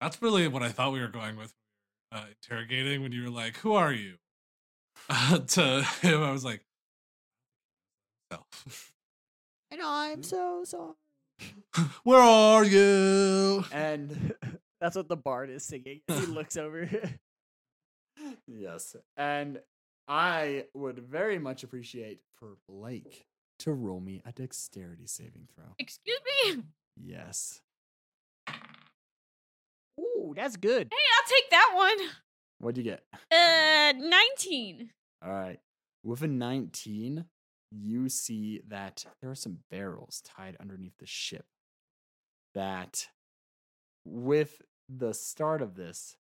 That's really what I thought we were going with. Uh, interrogating when you were like, "Who are you?" Uh, to him, I was like, "Self."
And Hmm? I'm so sorry.
Where are you?
And
That's what the bard is singing. He looks over.
Yes. And I would very much appreciate for Blake to roll me a dexterity saving throw.
Excuse me.
Yes.
Ooh, that's good.
Hey, I'll take that one.
What'd you get?
Uh, 19.
All right. With a 19, you see that there are some barrels tied underneath the ship. That with the start of this,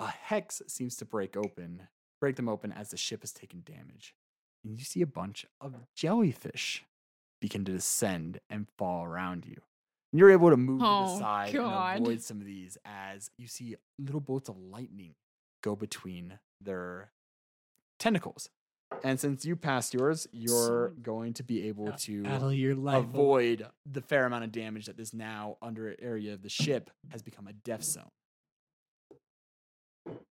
a hex seems to break open, break them open as the ship has taken damage. And you see a bunch of jellyfish begin to descend and fall around you. And you're able to move to
Oh,
the side
God.
and avoid some of these as you see little bolts of lightning go between their tentacles. And since you passed yours, you're going to be able to uh,
your
avoid the fair amount of damage that this now under area of the ship has become a death zone.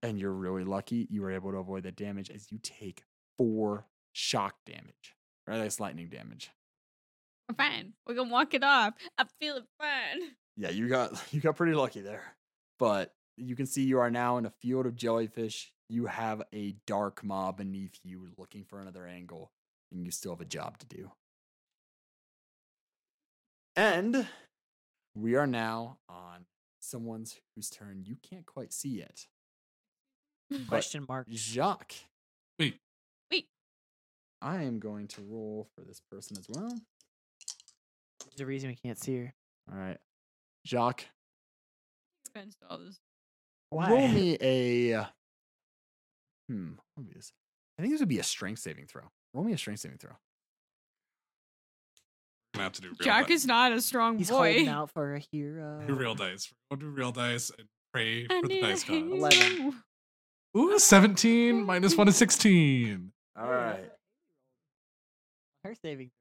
And you're really lucky you were able to avoid that damage as you take four shock damage. Or that's lightning damage.
We're fine. We're gonna walk it off. I'm feeling fine.
Yeah, you got you got pretty lucky there. But you can see you are now in a field of jellyfish. You have a dark maw beneath you looking for another angle, and you still have a job to do. And we are now on someone's whose turn you can't quite see yet. But
Question mark.
Jacques.
Wait.
Wait.
I am going to roll for this person as well.
There's a reason we can't see her.
All right. Jacques,
Expensed all this.
Roll me a. uh, Hmm. What would be this? I think this would be a strength saving throw. Roll me a strength saving throw.
I'm gonna have to do real
Jack
di-
is not a strong
He's
boy.
holding out for a hero.
do real dice. We'll do real dice and pray
I
for the
need a
dice god.
hero. 11.
hero.
Ooh, 17 minus one is 16.
All
Her saving.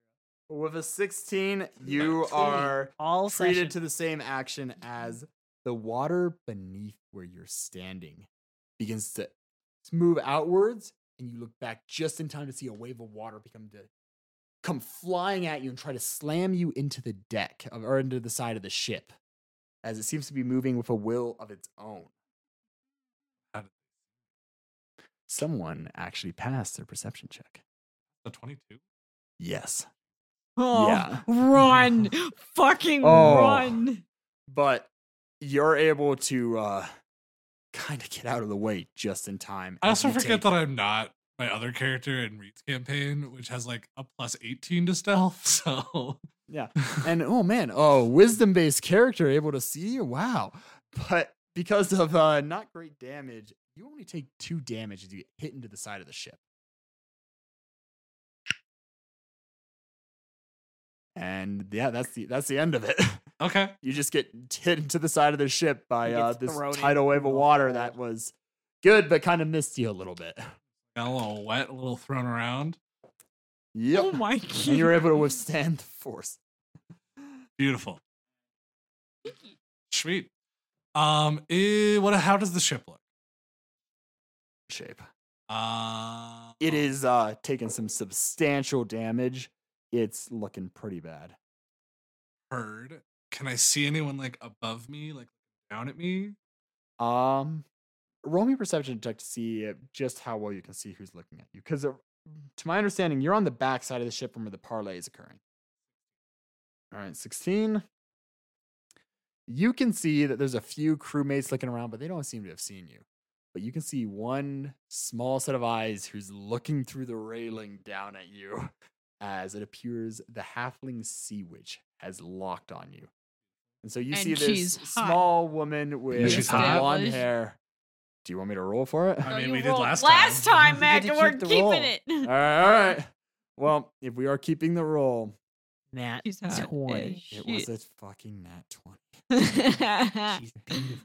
With a 16, you
19.
are
All
treated
session.
to the same action as the water beneath where you're standing begins to move outwards, and you look back just in time to see a wave of water become to come flying at you and try to slam you into the deck of, or into the side of the ship, as it seems to be moving with a will of its own.
How did-
Someone actually passed their perception check.
The 22?
Yes.
Oh,
Yeah.
Run. Fucking
Oh.
run.
but you're able to uh kind of get out of the way just in time.
I
as
also
you
forget
take-
that I'm not my other character in Reed's campaign, which has like a plus 18 to stealth. So
Yeah. And oh man, oh wisdom based character able to see. Wow. But because of uh not great damage, you only take two damage as you get hit into the side of the ship. And yeah, that's the that's the end of it.
Okay.
You just get hit into the side of the ship by
He
uh,
gets
this
thrown
tidal wave
into
of
the
water
hole.
that was good, but kind of missed you a little bit.
Got a little wet, a little thrown around.
Oh
Yep.
my
And you were
god.
able to withstand the force.
Beautiful. Sweet. Um, eh, what? How does the ship look?
Shape.
Uh,
It
Oh.
is uh, taking some substantial damage. It's looking pretty bad.
heard. Can I see anyone like above me, like down at me?
Um, roll me perception check to see uh, just how well you can see who's looking at you. Because to my understanding, you're on the back side of the ship from where the parlay is occurring. All right, sixteen. You can see that there's a few crewmates looking around, but they don't seem to have seen you. But you can see one small set of eyes who's looking through the railing down at you, as it appears the halfling sea witch has locked on you. And so you
And
see this
she's hot.
small woman with
Yeah,
with
she's hot.
blonde
Established.
hair. Do you want me to roll for it?
I mean,
Oh, you
we did
rolled
last
Last
time.
time, Mac,
You
and
get
we're
to keep the
keeping
roll.
all
it.
right, all right. Well, if we are keeping the roll,
Nat
He's hot. as
20.
it
shit.
was a fucking nat twenty.
She's beautiful.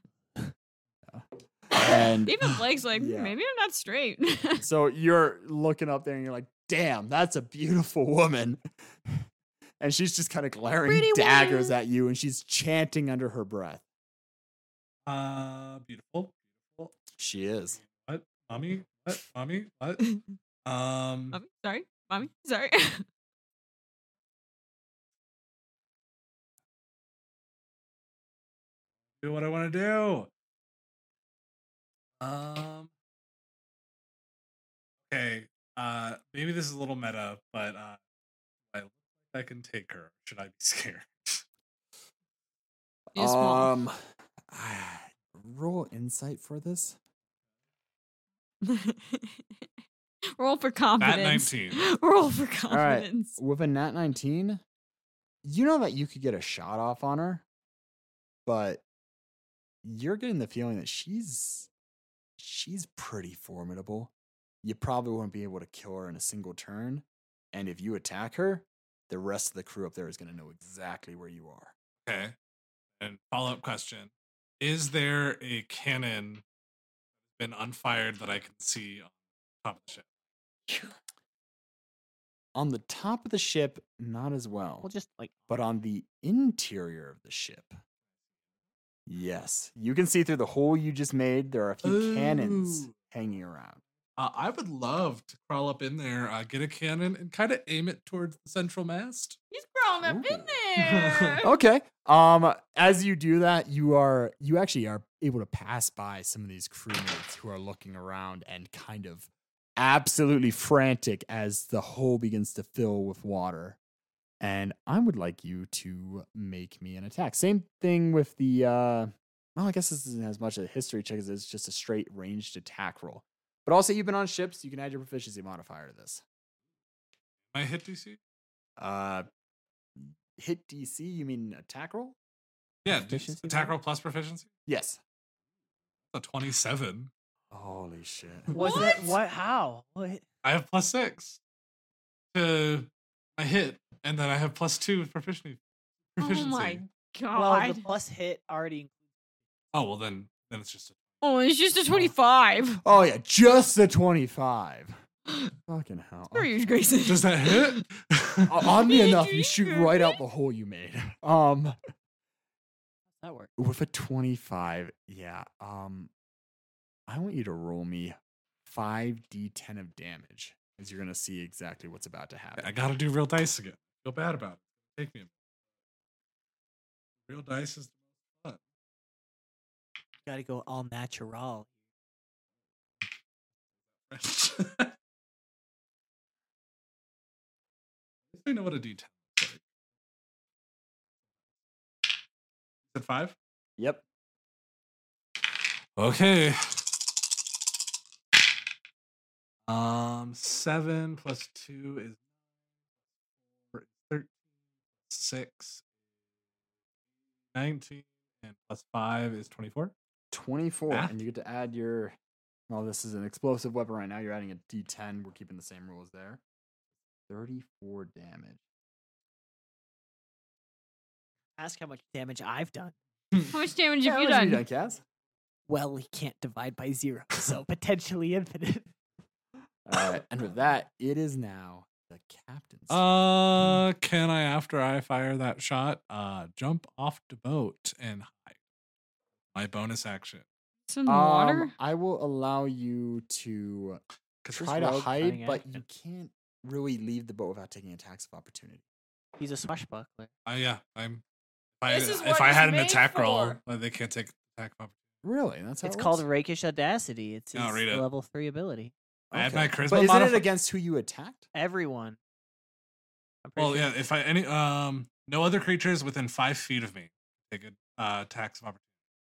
And
Even Blake's like,
Yeah.
"Hmm, maybe I'm not straight.
so you're looking up there and you're like, "Damn, that's a beautiful woman." And she's just kind of glaring
Pretty
daggers
woman.
at you, and she's chanting under her breath.
Uh, beautiful.
She is.
What, mommy? What, mommy? What? Um,
Mommy, sorry, mommy, sorry.
do what I want to do. Um. Okay. Uh, maybe this is a little meta, but uh, I look like I can take her. Should I be scared?
Yes, Mom.
um, roll insight for this.
Um, Roll for confidence.
19.
Roll for
right.
confidence.
with a nat 19 you know that you could get a shot off on her but you're getting the feeling that she's she's pretty formidable you probably won't be able to kill her in a single turn and if you attack her the rest of the crew up there is going to know exactly where you are
Okay. And follow up question: Is there a cannon been unfired that I can see on top of the ship?
on the top of the ship not as well
Well, just like
but on the interior of the ship yes you can see through the hole you just made there are a few cannons
Ooh.
hanging around
Uh, I would love to crawl up in there, uh, get a cannon, and kind of aim it towards the central mast.
He's grown up in
Ooh.
there.
okay. Um, as you do that, you are you actually are able to pass by some of these crewmates who are looking around and kind of absolutely frantic as the hole begins to fill with water. And I would like you to make me an attack. Same thing with the. Uh, well, I guess this isn't as much a history check as it's just a straight ranged attack roll. But also, you've been on ships. You can add your proficiency modifier to this.
My hit DC?
Uh, hit DC. You mean attack roll?
Yeah, d-
Proficiency
attack
roll?
roll plus proficiency.
Yes.
A twenty-seven.
Holy shit.
was
What?
it what? How? What?
I have plus six to my hit, and then I have plus two proficiency.
oh
Proficiency.
my
Well,
god.
the plus hit already.
Oh, well then, then it's just.
oh, it's just a 25.
Oh yeah, just the twenty five. Fucking hell.
Where are
Okay.
you, Grayson?
A, does that hit?
Oh,
O- Oddly enough, you shoot right out the hole you made. Um
That worked.
with a twenty five, yeah. Um I want you to roll me five D ten of damage. Because you're gonna see exactly what's about to happen.
I gotta do real dice again. Feel bad about it. Take me. a minute. Real dice is
Got to go all natural.
French. I don't know what a D10 is. Like. Is it five?
Yep.
Okay. Um, seven plus two is four is thirteen. Six, nineteen, and plus five is twenty-four.
Twenty four.
Math?
And you get to add your well, this is an explosive weapon right now. You're adding a D ten. We're keeping the same rules there. Thirty four damage.
Ask how much damage I've done.
How much damage have you
How much
done?
Kaz?
Well, we can't divide by zero, so potentially infinite.
All
Uh,
right, and with that, it is now the captain's.
Uh, can I after I fire that shot, uh, jump off the boat and hide? My bonus action
It's in the
Um,
water.
I will allow you to
because
try to hide,
cunning
but you
action.
can't really leave the boat without taking attacks of opportunity.
He's a swashbuckler.
I, yeah, I'm. If I,
This is
if
what
I
it's
had an
made
attack roll,
for.
uh, they can't take attack. of oppor-
Really? That's how
It's
it
called
works?
Rakish Audacity. It's his
Oh, read it.
level three ability.
I add my
Okay.
charisma
But isn't it
modifi-
against who you attacked?
Everyone. I'm pretty
Well,
sure.
yeah. If I any um no other creatures within five feet of me take a uh, attacks of opportunity.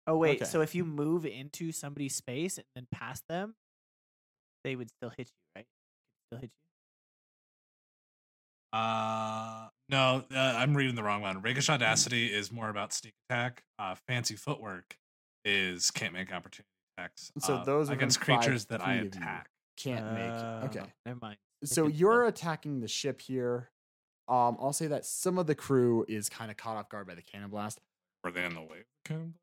Oh wait,
Okay.
so if you move into somebody's space and then past them, they would still hit you, right? Still hit you.
Uh, no, uh, I'm reading the wrong one.
Mm.
Rakish Audacity is more about sneak attack. Uh, Fancy Footwork is can't make opportunity attacks.
So
uh,
those within
against
five
creatures that I
feet of you.
attack.
Can't
Uh,
make. Okay.
Never mind.
So
can-
you're attacking the ship here. Um, I'll say that some of the crew is kind of caught off guard by the cannon blast,
Were they in the wave? Kind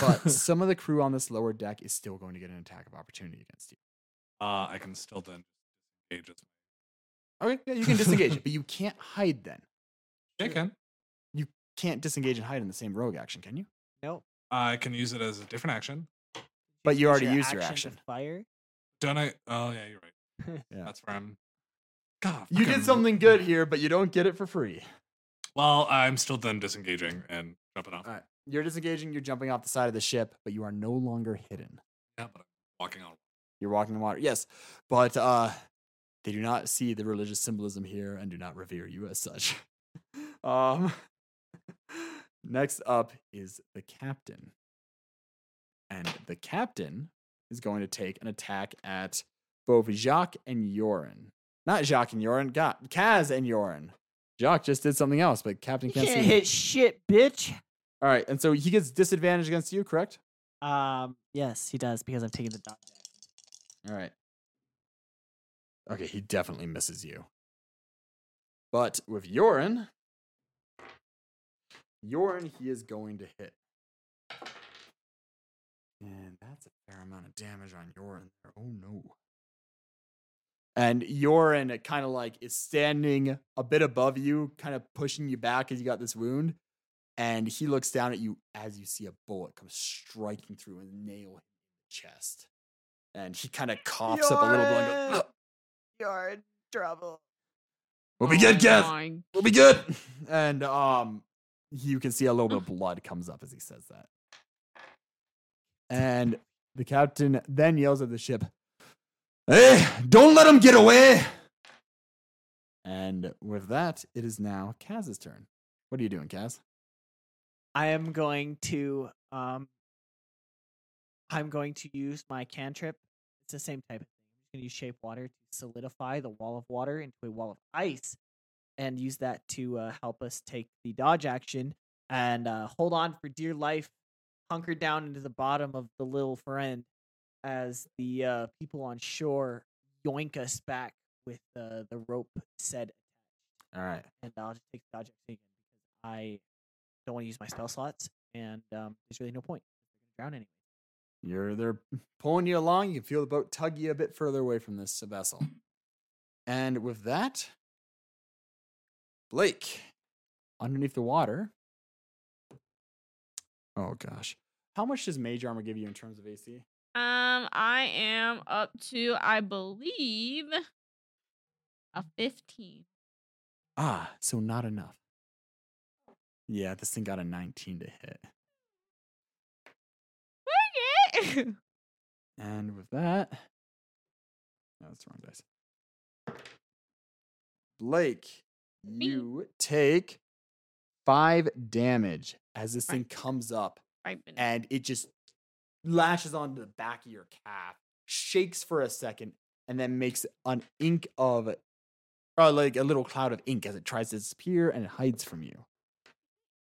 but some of the crew on this lower deck is still going to get an attack of opportunity against you.
uh, I can still then engage as
Okay, yeah, you can disengage it, but you can't hide then.
I can.
Can't disengage and hide in the same rogue action, can you?
Nope.
I can use it as a different action.
But you
use
already used your
to
action.
Fire.
Don't I? Oh yeah, you're right.
Yeah.
That's where I'm. God,
You
fucking-
did something good here, but you don't get it for free.
Well, I'm still then disengaging and jumping off.
All right. You're disengaging, you're jumping off the side of the ship, but you are no longer hidden.
Yeah, but I'm walking on.
You're walking in water. Yes. But uh they do not see the religious symbolism here and do not revere you as such. um next up is the captain. And the captain is going to take an attack at both Jacques and Yoren. Not Jacques and Yoren, God, Kaz and Yoren. Jacques just did something else, but Captain
You
can't see.
can't
him.
hit shit, bitch.
All right, and so he gets disadvantage against you, correct?
Um. Yes, he does because I'm taking the dodge. action.
All right. Okay, he definitely misses you. But with Yorin, Yorin, he is going to hit. And that's a fair amount of damage on Yorin. there. Oh no. And Yorin kind of like is standing a bit above you, kind of pushing you back as you got this wound. And he looks down at you as you see a bullet come striking through and nail him in the chest. And he kind of coughs up a little blood and goes,
Yorin. You're in trouble.
We'll be good, Kev.
Oh my
We'll be good. Oh And um, you can see a little bit of blood comes up as he says that. And the captain then yells at the ship, "Hey, don't let him get away!" And with that, it is now Kaz's turn. What are you doing, Kaz?
I am going to um I'm going to use my cantrip. It's the same type of thing. I'm gonna use shape water to solidify the wall of water into a wall of ice and use that to uh, help us take the dodge action and uh, hold on for dear life, hunker down into the bottom of the little friend as the uh, people on shore yoink us back with uh, the rope said
All right.
and I'll just take the dodge action again because I don't want to use my spell slots, and um, there's really no point. They're gonna drown anyway.
You're they're pulling you along. You can feel the boat tug you a bit further away from this uh, vessel. And with that, Blake, underneath the water. Oh gosh. How much does mage armor give you in terms of AC?
Um, I am up to, I believe, a 15.
Ah, so not enough. Yeah, this thing got a 19 to hit.
Okay.
And with that, no, that's the wrong dice. Blake,
Me.
you take five damage as this thing
Right.
comes up
Right, but-
and it just lashes onto the back of your calf, shakes for a second, and then makes an ink of, or like a little cloud of ink as it tries to disappear and it hides from you.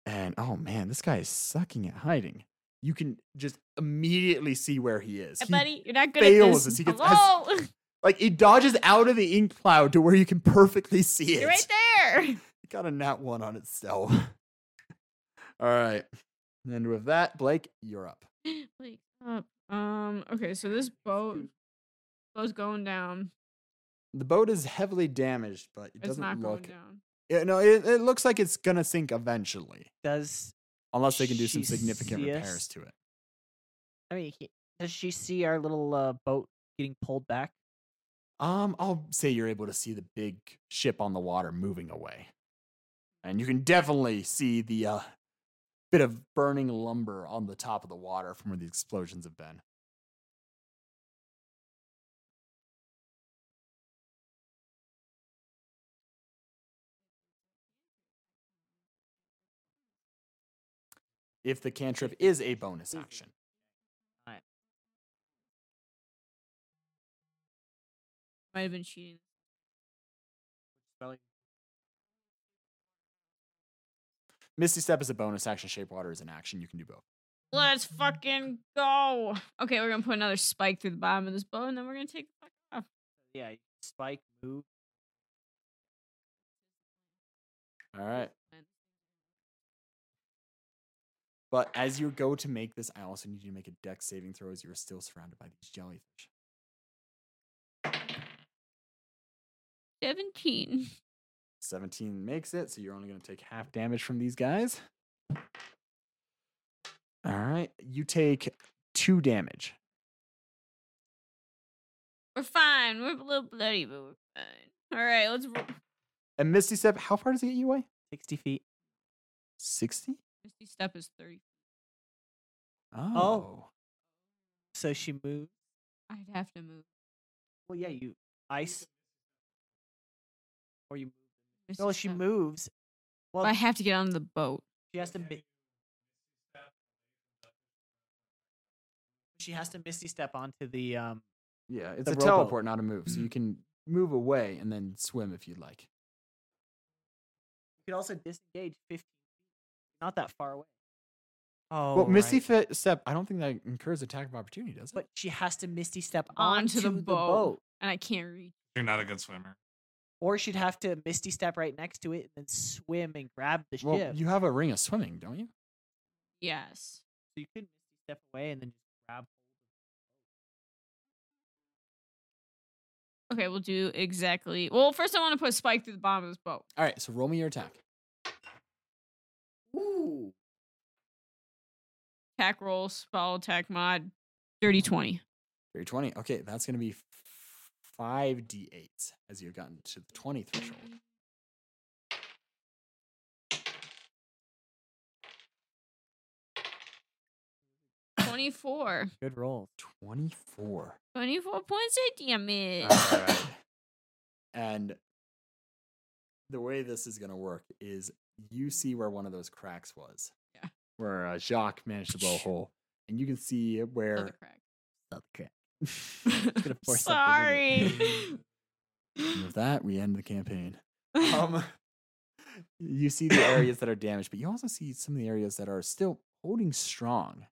And oh man, this guy is sucking at hiding. You can just immediately see where he is.
Hey,
He-
buddy, you're not good
fails
at
as
this.
he gets- has-
Hello?
like he dodges out of the ink cloud to where you can perfectly see it.
you're right there.
It got a nat one on itself. All right. And with that, Blake, you're up.
like up. Um. Okay. So this boat, boat's going down.
The boat is heavily damaged, but it
It's not
doesn't
going
look.
down.
Yeah, no, it, it looks like it's gonna sink eventually,
Does
unless they can do some
She
significant
see
repairs
us?
to it.
I mean he- does she see our little uh, boat getting pulled back?
Um, I'll say you're able to see the big ship on the water moving away, and you can definitely see the uh, bit of burning lumber on the top of the water from where the explosions have been. If the cantrip is a bonus action,
Might have been cheating.
Misty Step is a bonus action. Shape Water is an action. You can do both.
Let's fucking go. Okay, we're gonna put another spike through the bottom of this boat, and then we're gonna take the fuck off.
Yeah, spike move.
All right. But as you go to make this, I also need you to make a deck saving throw as you are still surrounded by these jellyfish.
Seventeen.
17 makes it, so you're only going to take half damage from these guys. All right. You take two damage.
We're fine. We're a little bloody, but we're fine. All right, let's. Ro-
And Misty Step, how far does it get you away?
Sixty feet.
60?
Misty step is thirty.
Oh.
So she moves.
I'd have to move.
Well, yeah, you ice. Or you.
Misty
Oh,
No, she
Step.
moves. Well,
I have to get on the boat.
she has to. Mi- she has to misty step onto the um.
Yeah, it's
The
a
rowboat.
teleport, not a move. So you can move away and then swim if you'd like.
You could also disengage fifteen feet. Not that far away. Oh,
well, Misty
right.
Fe- Step, I don't think that incurs attack of opportunity, does it?
But she has to misty step
Onto
onto,
the
the,
boat.
boat.
and I can't reach.
You're not a good swimmer.
or she'd have to misty step right next to it and then swim and grab the
well,
ship.
you have a ring of swimming, don't you?
Yes.
So you could misty step away and then just grab.
Okay, we'll do exactly. Well, first I want to put a spike through the bottom of this boat.
All right, so roll me your attack.
Ooh.
Attack roll, spell attack mod, dirty twenty.
Very 20. Okay, that's going to be 5d8 as you've gotten to the 20 threshold.
Twenty-four.
Good roll.
24.
Twenty-four points of damage.
All right. And the way this is going to work is you see where one of those cracks was.
Yeah.
Where uh, Jacques managed to blow a hole. And you can see
Another
where.
crack.
gonna pour something
Sorry.
And with that, we end the campaign. Um, you see the areas that are damaged, but you also see some of the areas that are still holding strong.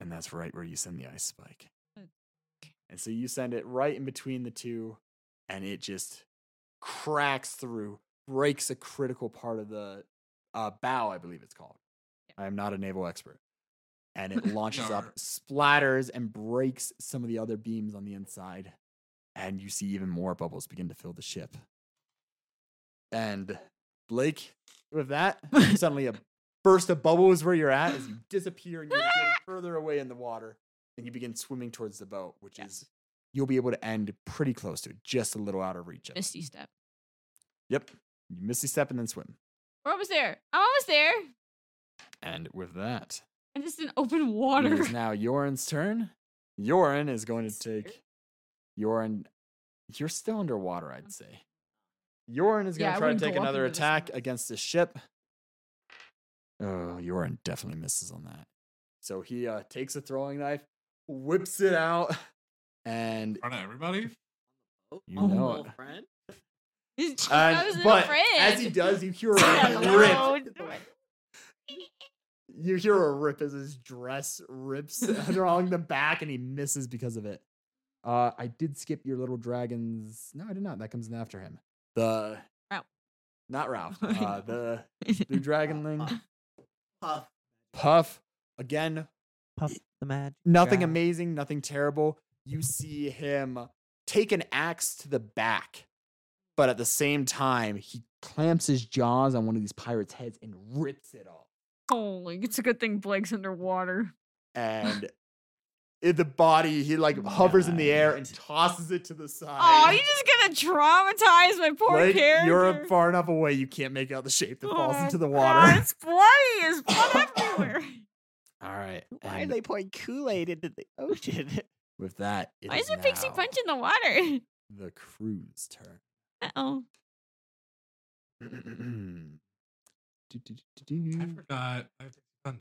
And that's right where you send the ice spike.
Okay.
And so you send it right in between the two, and it just cracks through, breaks a critical part of the uh, bow, I believe it's called. I am not a naval expert. And it launches
Yar.
up, splatters, and breaks some of the other beams on the inside. And you see even more bubbles begin to fill the ship. And Blake, with that, suddenly a burst of bubbles where you're at as you disappear and you're getting further away in the water. And you begin swimming towards the boat, which is you'll be able to end pretty close to it, just a little out of reach. Of it.
Misty step.
Yep. You misty step and then swim.
We're almost there. I'm almost there.
And with that,
And it's in open
It
water.
is now Yoren's turn. Yoren is going to
Sir?
take. Yoren, you're still underwater, I'd say. Yoren is going
Mm. Yeah, I
to try to
wouldn't go
take
up
another
into the
attack
surface.
against the ship. Oh, Yoren definitely misses on that. So he uh, takes a throwing knife, whips it out, and
Aren't I everybody?
You Oh, know little it.
friend.
It's- I was
and but
afraid.
as he does, you hear
Hello,
a rip.
do it.
You hear a rip as his dress rips along the back, and he misses because of it. Uh, I did skip your little dragons. No, I did not. That comes in after him. The
Ralph.
not Ralph.
I
Uh,
know.
the blue dragonling. Puff. Puff. Again,
Puff the magic.
nothing
dragon.
amazing, nothing terrible. You see him take an axe to the back, but at the same time, he clamps his jaws on one of these pirates' heads and rips it off.
Holy, Oh, it's a good thing Blake's underwater.
And it, the body, he like
Mm,
hovers in the air and tosses it to the side.
Oh, you're just gonna traumatize my poor
Blake,
character.
You're far enough away, you can't make out the shape that falls
Oh,
into the
God,
water.
it's bloody. It's blood everywhere.
All right.
Why are
and
they pouring Kool Aid into the ocean?
with that, it
Why is there pixie
now
punch in the water?
The crew's turn.
Uh oh.
Do, do, do, do,
I
do.
forgot. I have to punch.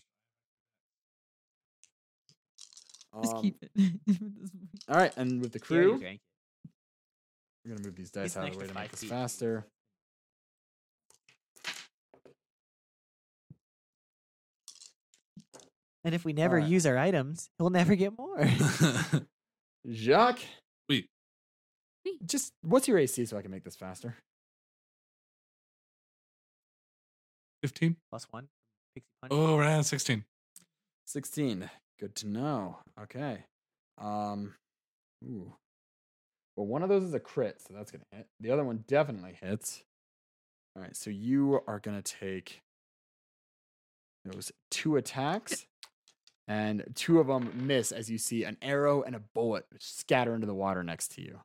Just
Um,
keep it.
All right, and with the
He already
crew,
drank it.
we're gonna move these dice
It's
out of
next
the way
to
to
five
make this
feet.
faster.
And if we never
Alright.
use our items, we'll never get more.
Jacques,
Oui.
Oui.
just what's your AC so I can make this faster?
15?
Plus one. Pixie punch.
Oh, right on 16.
Sixteen. Good to know. Okay. Um. Ooh. Well, one of those is a crit, so that's gonna hit. The other one definitely hits. All right, so you are gonna take those two attacks, and two of them miss as you see an arrow and a bullet scatter into the water next to you.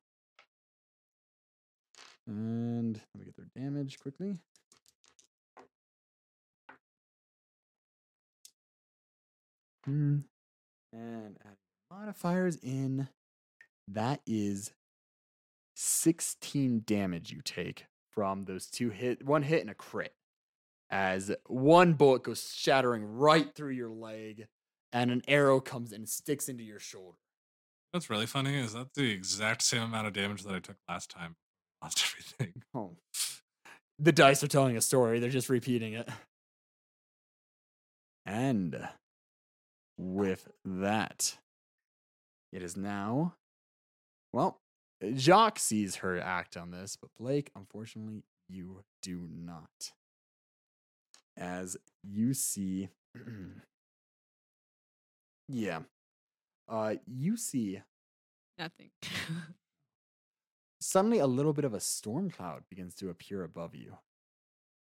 And let me get their damage quickly. Hmm. And add modifiers in. That is 16 damage you take from those two hit, one hit and a crit. As one bullet goes shattering right through your leg, and an arrow comes and sticks into your shoulder.
That's really funny. Is that the exact same amount of damage that I took last time? Lost everything.
Oh. The dice are telling a story, they're just repeating it. And with that, it is now. Well, Jacques sees her act on this, but Blake, unfortunately, you do not. As you see. yeah. Uh, you see
Nothing.
suddenly a little bit of a storm cloud begins to appear above you.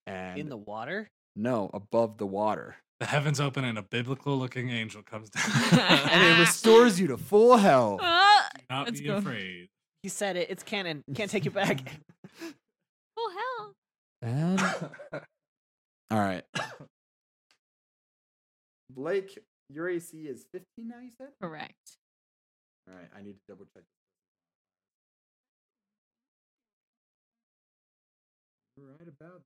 And
In the water?
no, above the water.
The heavens open and a biblical looking angel comes
And
down.
it restores you to full health.
Ah,
Not
Let's
be
go.
afraid.
He said it. It's canon. Can't take it back.
oh hell.
And all right. Blake, your AC is 15 now, you said?
Correct.
All right, I need to double check. Right about.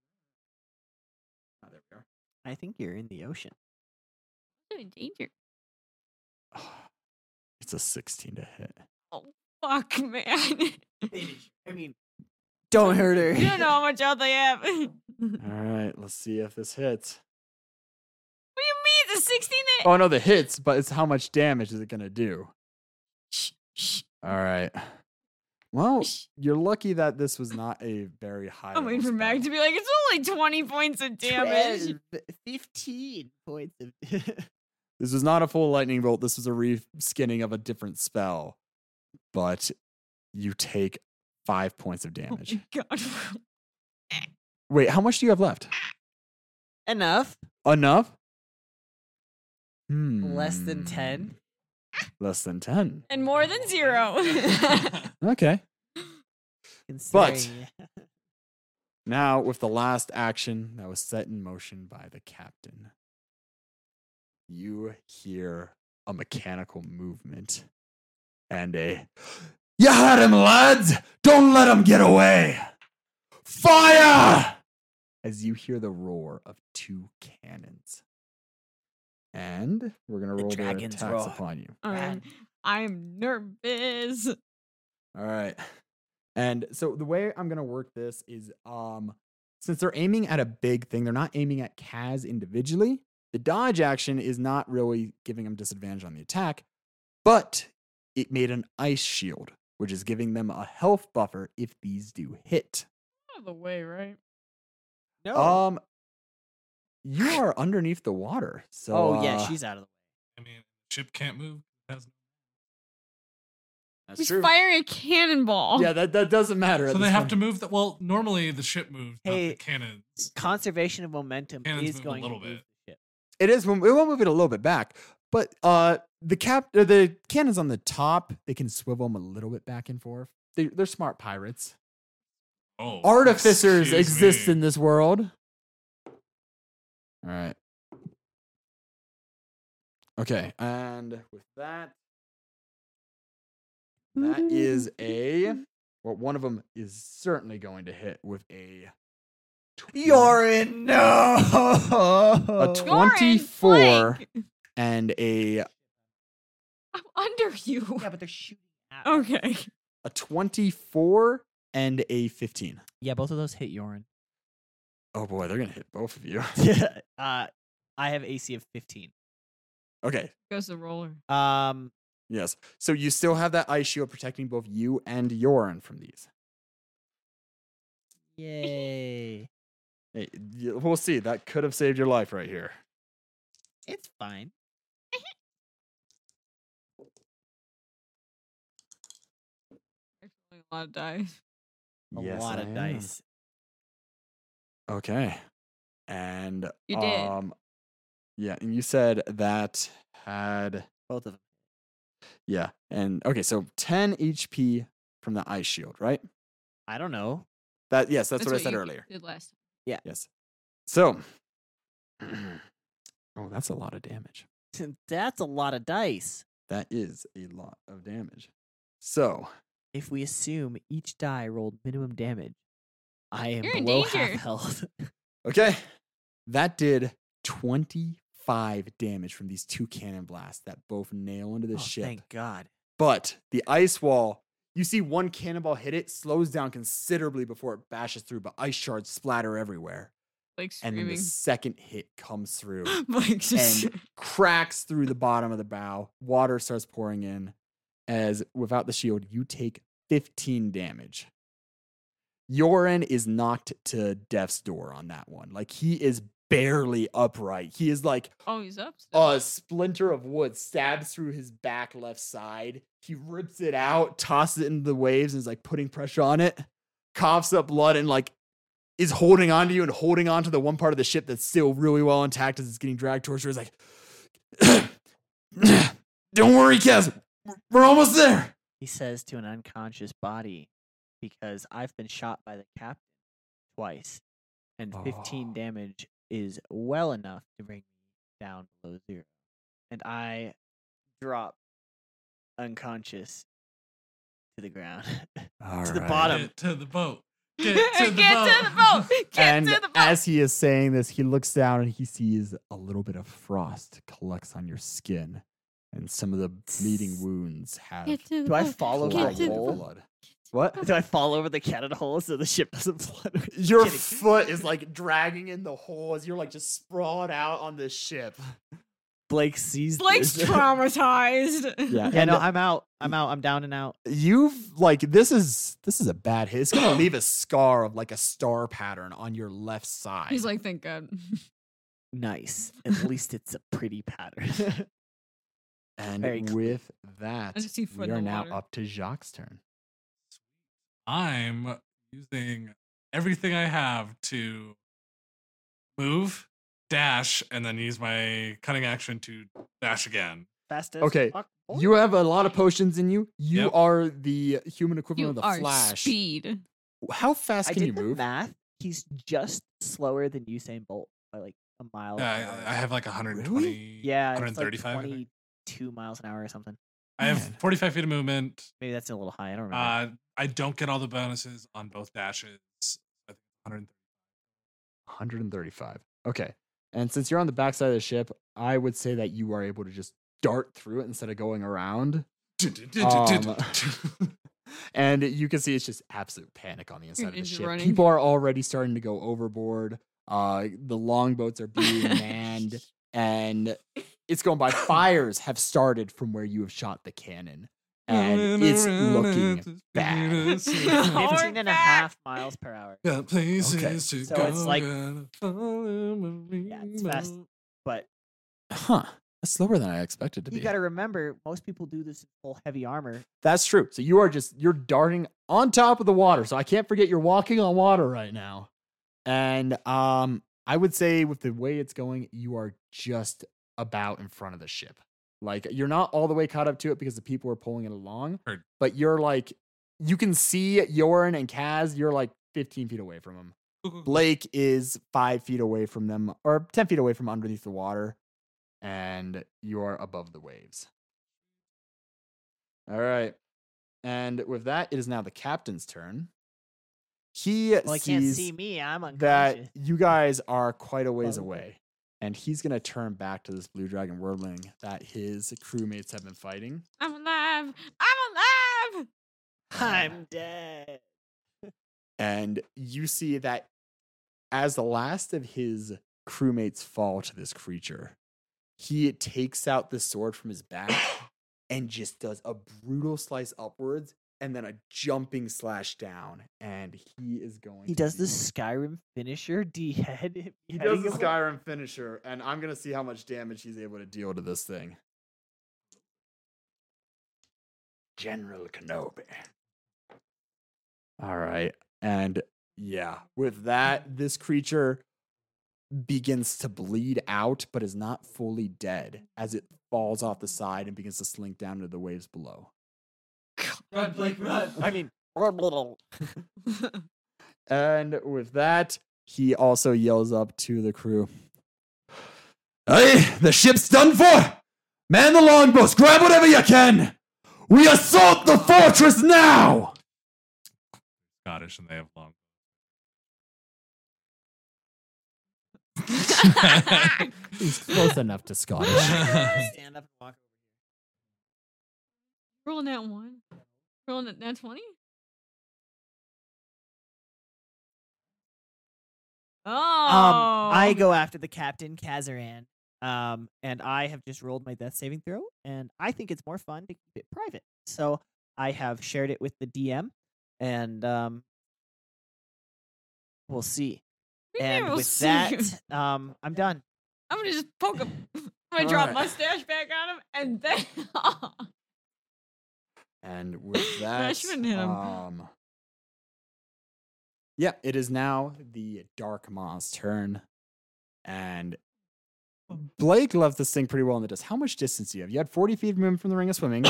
Ah, there we are.
I think you're in the ocean.
I'm in danger.
It's a 16 to hit.
Fuck, man.
I mean, don't hurt her.
you don't know how much health I have. what do you mean
All right, let's see if this hits.
the 16 that-
Oh no, the hits, but it's how much damage is it gonna do?
Shh, shh,
All right. Well,
shh.
you're lucky that this was not a very high.
I'm waiting for Mag to be like, it's only 20 points of damage.
12, 15 points of.
This was not a full lightning bolt. This was a reskinning of a different spell, but you take five points of
Oh
damage.
my god.
Wait, how much do you have left?
Enough.
Enough.
Less than
Hmm,
10.
Less than ten.
and more than zero.
Okay.
considering-
Now, with the last action that was set in motion by the captain, you hear a mechanical movement and a You had him, lads! Don't let him get away! Fire! As you hear the roar of two cannons. And we're going
The
to roll their
dragons
attacks
roar.
upon you.
Um, I'm nervous.
All right. And so the way I'm gonna work this is um since they're aiming at a big thing, they're not aiming at Kaz individually. The dodge action is not really giving them disadvantage on the attack, but it made an ice shield, which is giving them a health buffer if these do hit.
uh, oh,
Out of the way, right?
No.
Um You are underneath the water. So
oh yeah,
uh,
she's out of the way.
I mean, ship can't move. It has-
That's
He's
true.
firing a cannonball.
Yeah, that, that doesn't matter. at
So they
this
have
point.
to move the. Well, normally the ship moves, not
Hey,
the cannons.
Conservation of momentum
Cannons
is
move a
going
little
to move
bit.
the ship.
It is. when- It will move it a little bit back, but uh, the cap, uh, the cannons on the top, they can swivel them a little bit back and forth. They, they're smart pirates.
Oh,
Artificers
excuse
exist
me.
in this world. All right. Okay, and with that, that is a. Well, one of them is certainly going to hit with a. 20
Yorin,
A
no.
tw-
You're in
24.
blank.
and a
I'm under you.
Yeah, but they're shooting. At her.
Okay.
a 24 and a 15.
Yeah, both of those hit Yorin.
Oh boy, they're gonna hit both of you.
Yeah. uh, I have AC of fifteen.
Okay,
Goes the roller.
Um,
yes. So you still have that ice shield protecting both you and Yoren from these.
yay!
Hey, y- We'll see. That could have saved your life right here.
it's fine.
Actually, a lot of dice.
A
Yes,
lot
I
of
am.
dice.
Okay, and
You did.
Um, yeah, and you said that had
Both of them.
yeah, and okay, so 10 HP from the ice shield, right?
I don't know.
That yes, that's, what, I said
you
earlier.
Did last. time.
Yes. So, oh, that's a lot of damage.
That's a lot of dice.
That is a lot of damage. So,
If we assume each die rolled minimum damage, I am
You're in
below
danger.
half health.
okay, that did 25 damage from these two cannon blasts that both nail into the
oh,
ship.
thank God.
But the ice wall, you see one cannonball hit it, slows down considerably before it bashes through, but ice shards splatter everywhere.
Like
And then the
screaming.
second hit comes through,
Like just.
and cracks through the bottom of the bow. Water starts pouring in. As without the shield, you take 15 damage. Yoren is knocked to death's door on that one. Like he is barely upright. He is like
Oh, he's up. still.
a splinter of wood stabs through his back left side. He rips it out, tosses it into the waves, and is like putting pressure on it. Coughs up blood and like is holding on to you and holding on to the one part of the ship that's still really well intact as it's getting dragged towards you. It's like, don't worry, Kaz. We're- We're almost there.
He says to an unconscious body, because I've been shot by the captain twice, and 15
Oh.
damage is well enough to bring me down below zero. And I drop unconscious to the ground. To the right. bottom.
Get to the boat.
Get
Get
to
to the boat.
the boat. Get
and
to the boat.
as he is saying this, he looks down and he sees a little bit of frost collects on your skin, and some of the bleeding wounds have.
Get to the
Do I
boat.
fall over
Get
a
dried
to the
with
boat.
hole?
blood.
Get
What?
Do I fall over the cannon hole so the ship doesn't flood?
Your
Kidding.
foot is like dragging in the hole as you're like just sprawled out on this ship.
Blake sees
Blake's
this.
traumatized.
Yeah,
Yeah,
and
no, I'm out. I'm out. I'm down and out.
you've like this is this is a bad hit. It's gonna leave a scar of like a star pattern on your left side.
He's like, thank God.
Nice. At least it's a pretty pattern.
and
very clear.
with that,
just see foot
we
in
are
the
now
water.
up to Jacques' turn.
I'm using everything I have to move, dash, and then use my cutting action to dash again.
Fast as
Okay,
fuck, boy.
You have a lot of potions in you. You
Yep.
are the human equivalent
You
of the
are
Flash.
speed.
How fast
I
can
did
you
the
move?
math. He's just slower than Usain Bolt by like a mile.
Yeah,
an hour.
Uh, I, I have like 120,
yeah, it's like
135. I think.
twenty-two miles an hour or something.
I have
Man.
45 feet of movement.
Maybe that's a little high. I don't remember.
Uh, I don't get all the bonuses on both dashes. I think 130.
135. Okay. And since you're on the backside of the ship, I would say that you are able to just dart through it instead of going around. Um, and you can see it's just absolute panic on the inside of the
It's
ship.
running.
People are already starting to go overboard. Uh, the longboats are being manned, and it's going by. Fires have started from where you have shot the cannon.
and it's looking bad.
How are
15 and a
back.
half miles per hour.
Got places to
so
go.
it's like-
gotta follow my
Yeah, it's fast.
rainbow.
But
Huh. That's slower than I expected to
you
be.
got to remember, most people do this in full heavy armor.
That's true. So you are just you're darting on top of the water. So I can't forget you're walking on water right now.
And um, I would say with the way it's going, you are just about in front of the ship. Like you're not all the way caught up to it because the people are pulling it along,
Heard.
but you're like, you can see Yoren and Kaz. You're like 15 feet away from them. Blake is five feet away from them, or 10 feet away from underneath the water, and you are above the waves. All right. And with that, it is now the captain's turn. He
Well, I
sees
can't see me. I'm
that
unconscious.
you guys are quite a ways
Bugger.
away. And he's going to turn back to this blue dragon wordling that his crewmates have been fighting.
I'm alive. I'm alive.
I'm dead.
And you see that as the last of his crewmates fall to this creature, he takes out the sword from his back and just does a brutal slice upwards and then a jumping slash down. And he is going
He
to
does
be-
the Skyrim finisher D head.
He does the Skyrim finisher, and I'm gonna see how much damage he's able to deal to this thing. General Kenobi. All right, and yeah, with that, this creature begins to bleed out, but is not fully dead as it falls off the side and begins to slink down into the waves below.
Run, Blake, run.
I mean,
And with that, he also yells up to the crew. Hey, the ship's done for! Man the longboats, grab whatever you can! We assault the fortress now!
Scottish and they have long.
Close enough to Scottish.
stand up and walk.
Rolling that one. Rolling that nat twenty. Oh,
Um,
Oh,
I go after the captain Kazaran. Um, and I have just rolled my death saving throw, and I think it's more fun to keep it private. So I have shared it with the DM, and um, we'll see.
We
and
never
with
see
that,
you.
um, I'm done.
I'm gonna just poke him. I'm gonna
All
draw
right.
a mustache back on him, and then
And with that,
I shouldn't hit him.
um, yeah, it is now the Dark Maw's turn, and Blake left this thing pretty well in the dust. How much distance do you have? You had forty feet movement from the ring of swimming,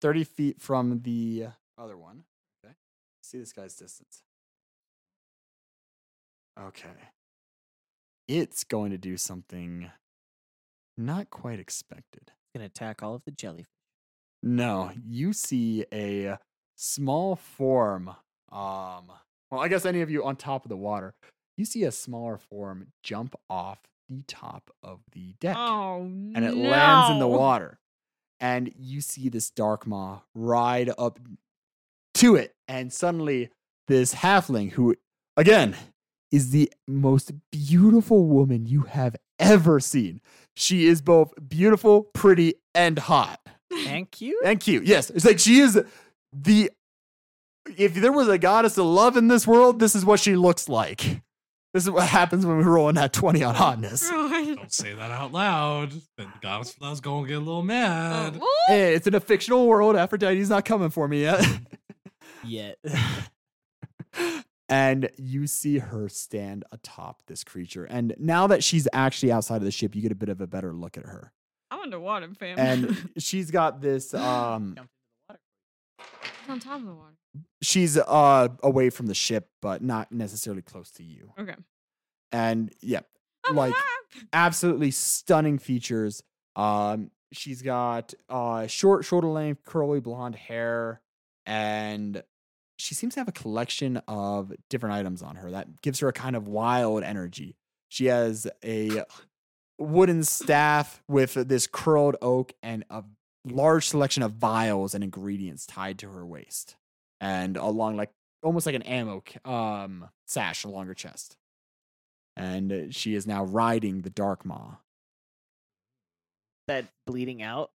thirty feet from the other one. Okay, see this guy's distance. Okay, it's going to do something not quite expected.
gonna attack all of the jellyfish.
No, you see a small form. Um, well, I guess any of you on top of the water, you see a smaller form jump off the top of the deck
oh
and it lands in the
no.
water. And you see this dark maw ride up to it. And suddenly, this halfling, who again is the most beautiful woman you have ever seen, she is both beautiful, pretty, and hot
Thank you.
and cute. Yes, it's like she is the. If there was a goddess of love in this world, this is what she looks like. This is what happens when we roll in that twenty on hotness.
Right.
Don't say that out loud. Then the goddess Flood's gonna get a little
Uh,
mad.
woo!
Hey, it's in a fictional world. Aphrodite's not coming for me yet.
Yet
and you see her stand atop this creature. And now that she's actually outside of the ship, you get a bit of a better look at her.
I'm underwater, fam.
And she's got this um
It's on top of the water.
she's uh away from the ship, but not necessarily close to you.
Okay.
And yeah,
I'm
Like-
alive.
absolutely stunning features. Um, she's got uh, short, shoulder length, curly blonde hair, and she seems to have a collection of different items on her that gives her a kind of wild energy. She has a wooden staff with this curled oak and a large selection of vials and ingredients tied to her waist, and along like almost like an ammo c- um, sash along her chest and uh, she is now riding the dark maw
that bleeding out.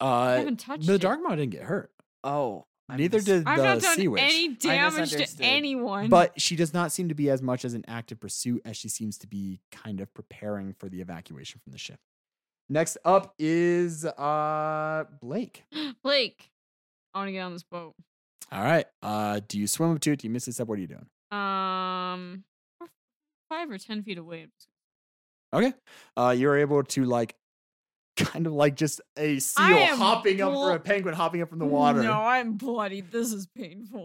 I
Uh,
haven't touched
the
it.
Dark Maw didn't get hurt.
Oh, I
Neither
mis-
did
I've
the
not done
Sea Witch.
any damage to
misunderstood.
anyone.
But she does not seem to be as much as an active pursuit as she seems to be kind of preparing for the evacuation from the ship. Next up is uh Blake.
Blake, I want to get on this boat.
All right. Uh do you swim up to it? Do you miss this up? What are you doing?
Um, we're five or ten feet away.
Okay. Uh you're able to like kind of like just a seal
I am
hopping up or
bl-
a penguin hopping up from the water.
No, I'm bloody. This is painful.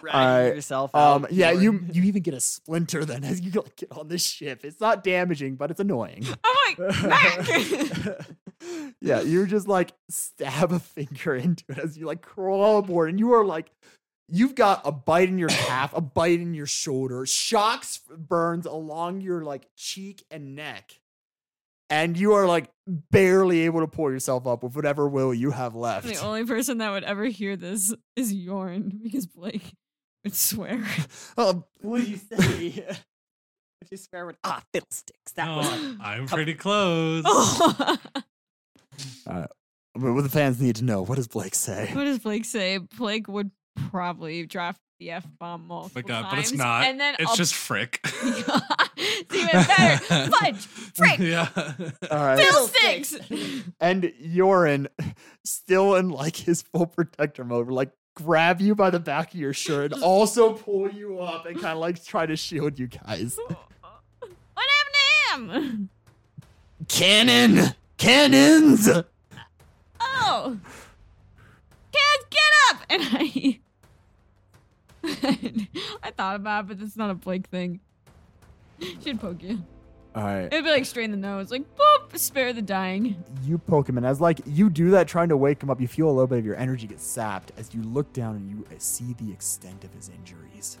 Drag
I-
yourself out,
Um yeah, you
Jordan.
you even get a splinter then as you like, get on this ship. It's not damaging, but it's annoying.
I'm like, Mac!
yeah, you just like stab a finger into it as you like crawl aboard, and you are like, you've got a bite in your calf, a bite in your shoulder, shocks burns along your like cheek and neck, and you are like barely able to pull yourself up with whatever will you have left.
the only person that would ever hear this is Yorn because Blake would swear.
Um,
What do you say? If you swear with ah fiddlesticks, that
No,
was
Oh, I'm pretty close.
what
but what the fans need to know: what does Blake say?
does Blake say? Blake would probably drop the F bomb multiple
God, but it's
times,
not.
And then
It's
I'll-
just frick.
See, even better. Fudge, frick,
Yeah.
All right,
fiddlesticks.
and Yorin, still in like his full protector mode, like grab you by the back of your shirt and also pull you up and kind of like try to shield you guys.
what happened to him?
Cannon! Cannons!
Oh, kids, get up! And I, I thought about it, but that's not a Blake thing. Should poke you.
Alright.
It'd be like strain the nose, like boop, spare the dying.
You poke him, and as like you do that trying to wake him up, you feel a little bit of your energy get sapped as you look down and you uh, see the extent of his injuries.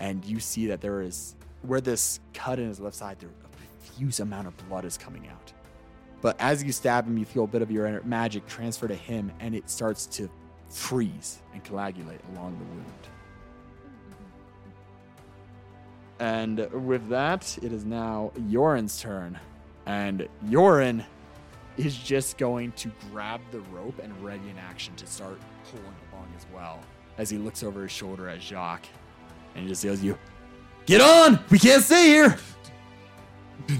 And you see that there is where this cut in his left side, there a profuse amount of blood is coming out. But as you stab him, you feel a bit of your ener- magic transfer to him, and it starts to freeze and coagulate along the wound. And with that, it is now Yoren's turn. And Yoren is just going to grab the rope and ready in action to start pulling along as well as he looks over his shoulder at Jacques and he just yells you get on we can't stay here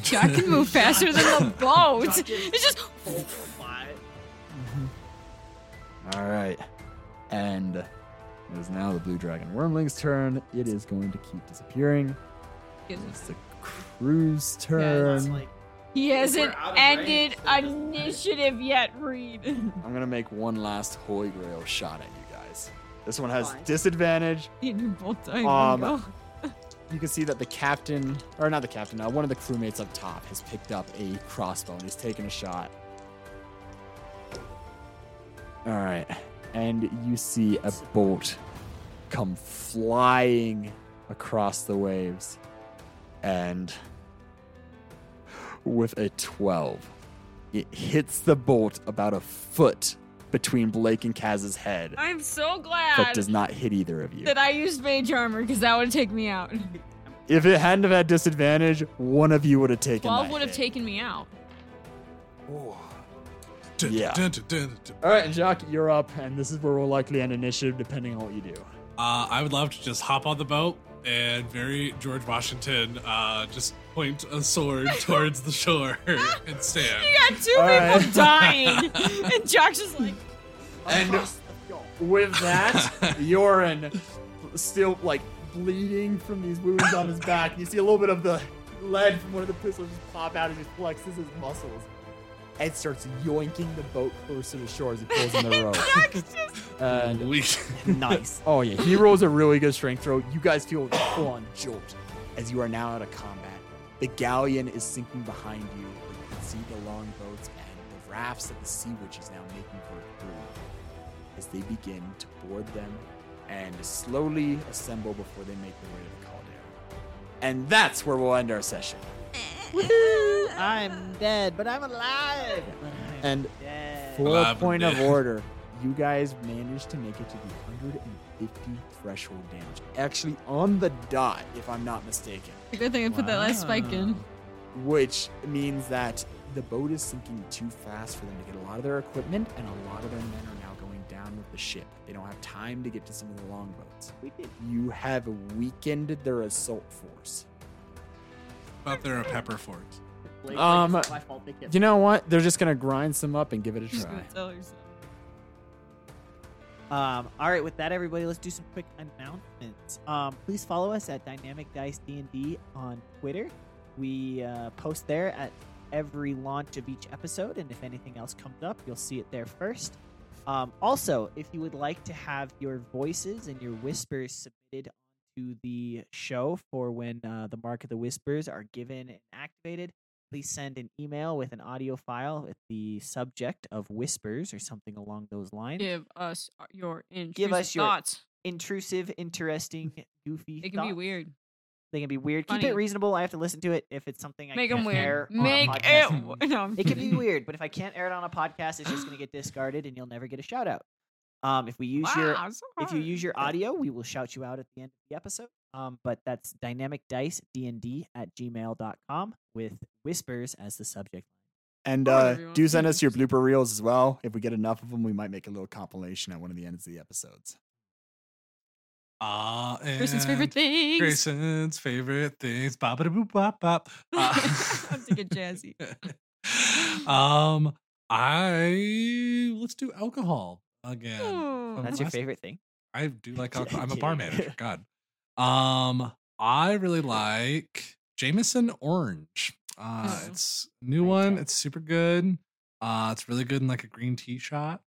Jack can move faster than the boat. It's just
all right and it is now the blue dragon wormling's turn it is going to keep disappearing it's the crew's turn
he hasn't
out of
ended
range, so
initiative yet. Reed,
i'm gonna make one last holy grail shot at you guys this one has
Fine.
disadvantage
you do both dying.
Um,
go.
you can see that the captain, or not the captain, uh, one of the crewmates up top has picked up a crossbow and he's taking a shot. All right. And you see a bolt come flying across the waves. And with a 12, it hits the bolt about a foot between Blake and Kaz's head,
I'm so
but
glad
does not hit either of you.
that I used mage armor because that would take me out.
If it hadn't have had disadvantage, one of you would have taken.
Twelve
that
would have
hit.
taken me out.
Dun,
Yeah.
dun, dun, dun, dun.
All right, Jacques, you're up, and this is where we'll likely end initiative, depending on what you do.
Uh, I would love to just hop on the boat and very George Washington uh, just point a sword towards the shore and stand.
You got two
All
people dying, and Jock's just like,
And with that, Yoren, still like bleeding from these wounds on his back, you see a little bit of the lead from one of the pistols just pop out and just flexes his muscles. Ed starts yoinking the boat closer to shore as he pulls in the rope. and
We-
nice.
Oh yeah, he rolls a really good strength throw. You guys feel a full-on jolt as you are now out of combat. The galleon is sinking behind you. You can see the longboats and the rafts that the sea witch is now making for her crew as they begin to board them and slowly assemble before they make their way to the caldera. And that's where we'll end our session.
I'm dead, but I'm alive. But I'm
And
dead.
for a
Alive and
point of
dead.
order, you guys managed to make it to the 150 threshold damage. Actually, on the dot, if I'm not mistaken.
Good thing I put that last spike in.
which means that the boat is sinking too fast for them to get a lot of their equipment, and a lot of their men are now going down with the ship. They don't have time to get to some of the longboats. You have weakened their assault force.
About there a pepper fort.
Um,
It's my fault they kept-
You know what? They're just gonna grind some up and give it a
Just gonna
try.
tell her so.
Um, all right, with that, everybody, let's do some quick announcements. Um, please follow us at Dynamic Dice D and D on Twitter. We uh, post there at every launch of each episode, and if anything else comes up, you'll see it there first. Um, also, if you would like to have your voices and your whispers submitted to the show for when uh, the mark of the whispers are given and activated, please send an email with an audio file with the subject of whispers or something along those lines
Give us your intrusive
us your-
thoughts.
intrusive, interesting, goofy.
It can be
thoughts.
weird.
They can be weird. Keep
Funny.
it reasonable. I have to listen to it if it's something I
Make
can't
them
air
weird.
on a
Make
podcast.
it. w- No, I'm
It can be
kidding.
weird, but if I can't air it on a podcast, it's just going to get discarded, and you'll never get a shout out. Um, if we use your
Wow, so
if you
hard.
use your audio, we will shout you out at the end of the episode. Um, but that's dynamic dice dnd at gmail.com with whispers as the subject.
And
Come on,
uh,
everyone.
do send us your blooper reels as well. If we get enough of them, we might make a little compilation at one of the ends of the episodes.
Ah, and
Grayson's favorite things.
uh,
Grayson's favorite things. Bop bop bop bop. Uh,
I have to get jazzy.
um, I let's do alcohol again.
Hmm.
Oh,
from
That's your
last-
favorite thing.
I do like alcohol. I'm a
Kidding.
bar manager. God. Um, I really like Jameson Orange. Uh,
Oh.
it's
Mm-hmm.
new
Great
one.
job.
It's super good. Uh, it's really good in like a green tea shot.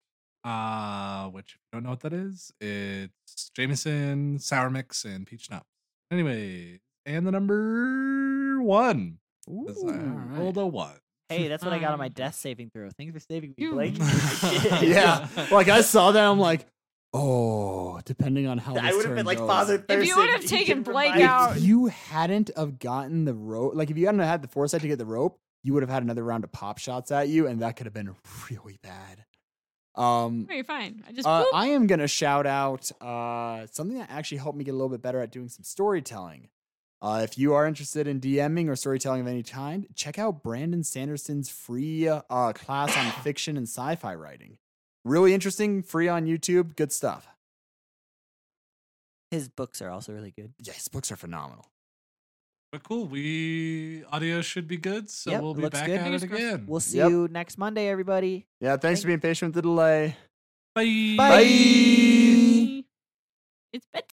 Uh, which if you don't know what that is, it's Jameson sour mix and peach nuts. Anyway, and the number one. 'cause I
Ooh.
rolled a one.
Hey, that's what I got on my
Fine.
death saving throw. Thanks for saving me,
You
Blake.
yeah. Like I saw that, I'm like, oh, depending on how
I
this
would have
turn
been like
goes."
Father Thurston.
If you would have taken Blake out,
If you hadn't have gotten the rope, like if you hadn't had the foresight to get the rope, you would have had another round of pop shots at you, and that could have been really bad. Um,
no, you're fine. I just
uh,
boop.
I am gonna shout out uh, something that actually helped me get a little bit better at doing some storytelling. Uh, if you are interested in DMing or storytelling of any kind, check out Brandon Sanderson's free uh, class on fiction and sci-fi writing. Really interesting, free on YouTube. Good stuff.
His books are also really good.
Yeah, his books are phenomenal.
But cool, we audio should be good, so
Yep,
we'll be
looks
back
good.
at it
Fingers crossed.
again.
We'll see
Yep.
you next Monday, everybody.
Yeah, thanks for being patient with the delay.
Bye.
Bye.
It's bedtime.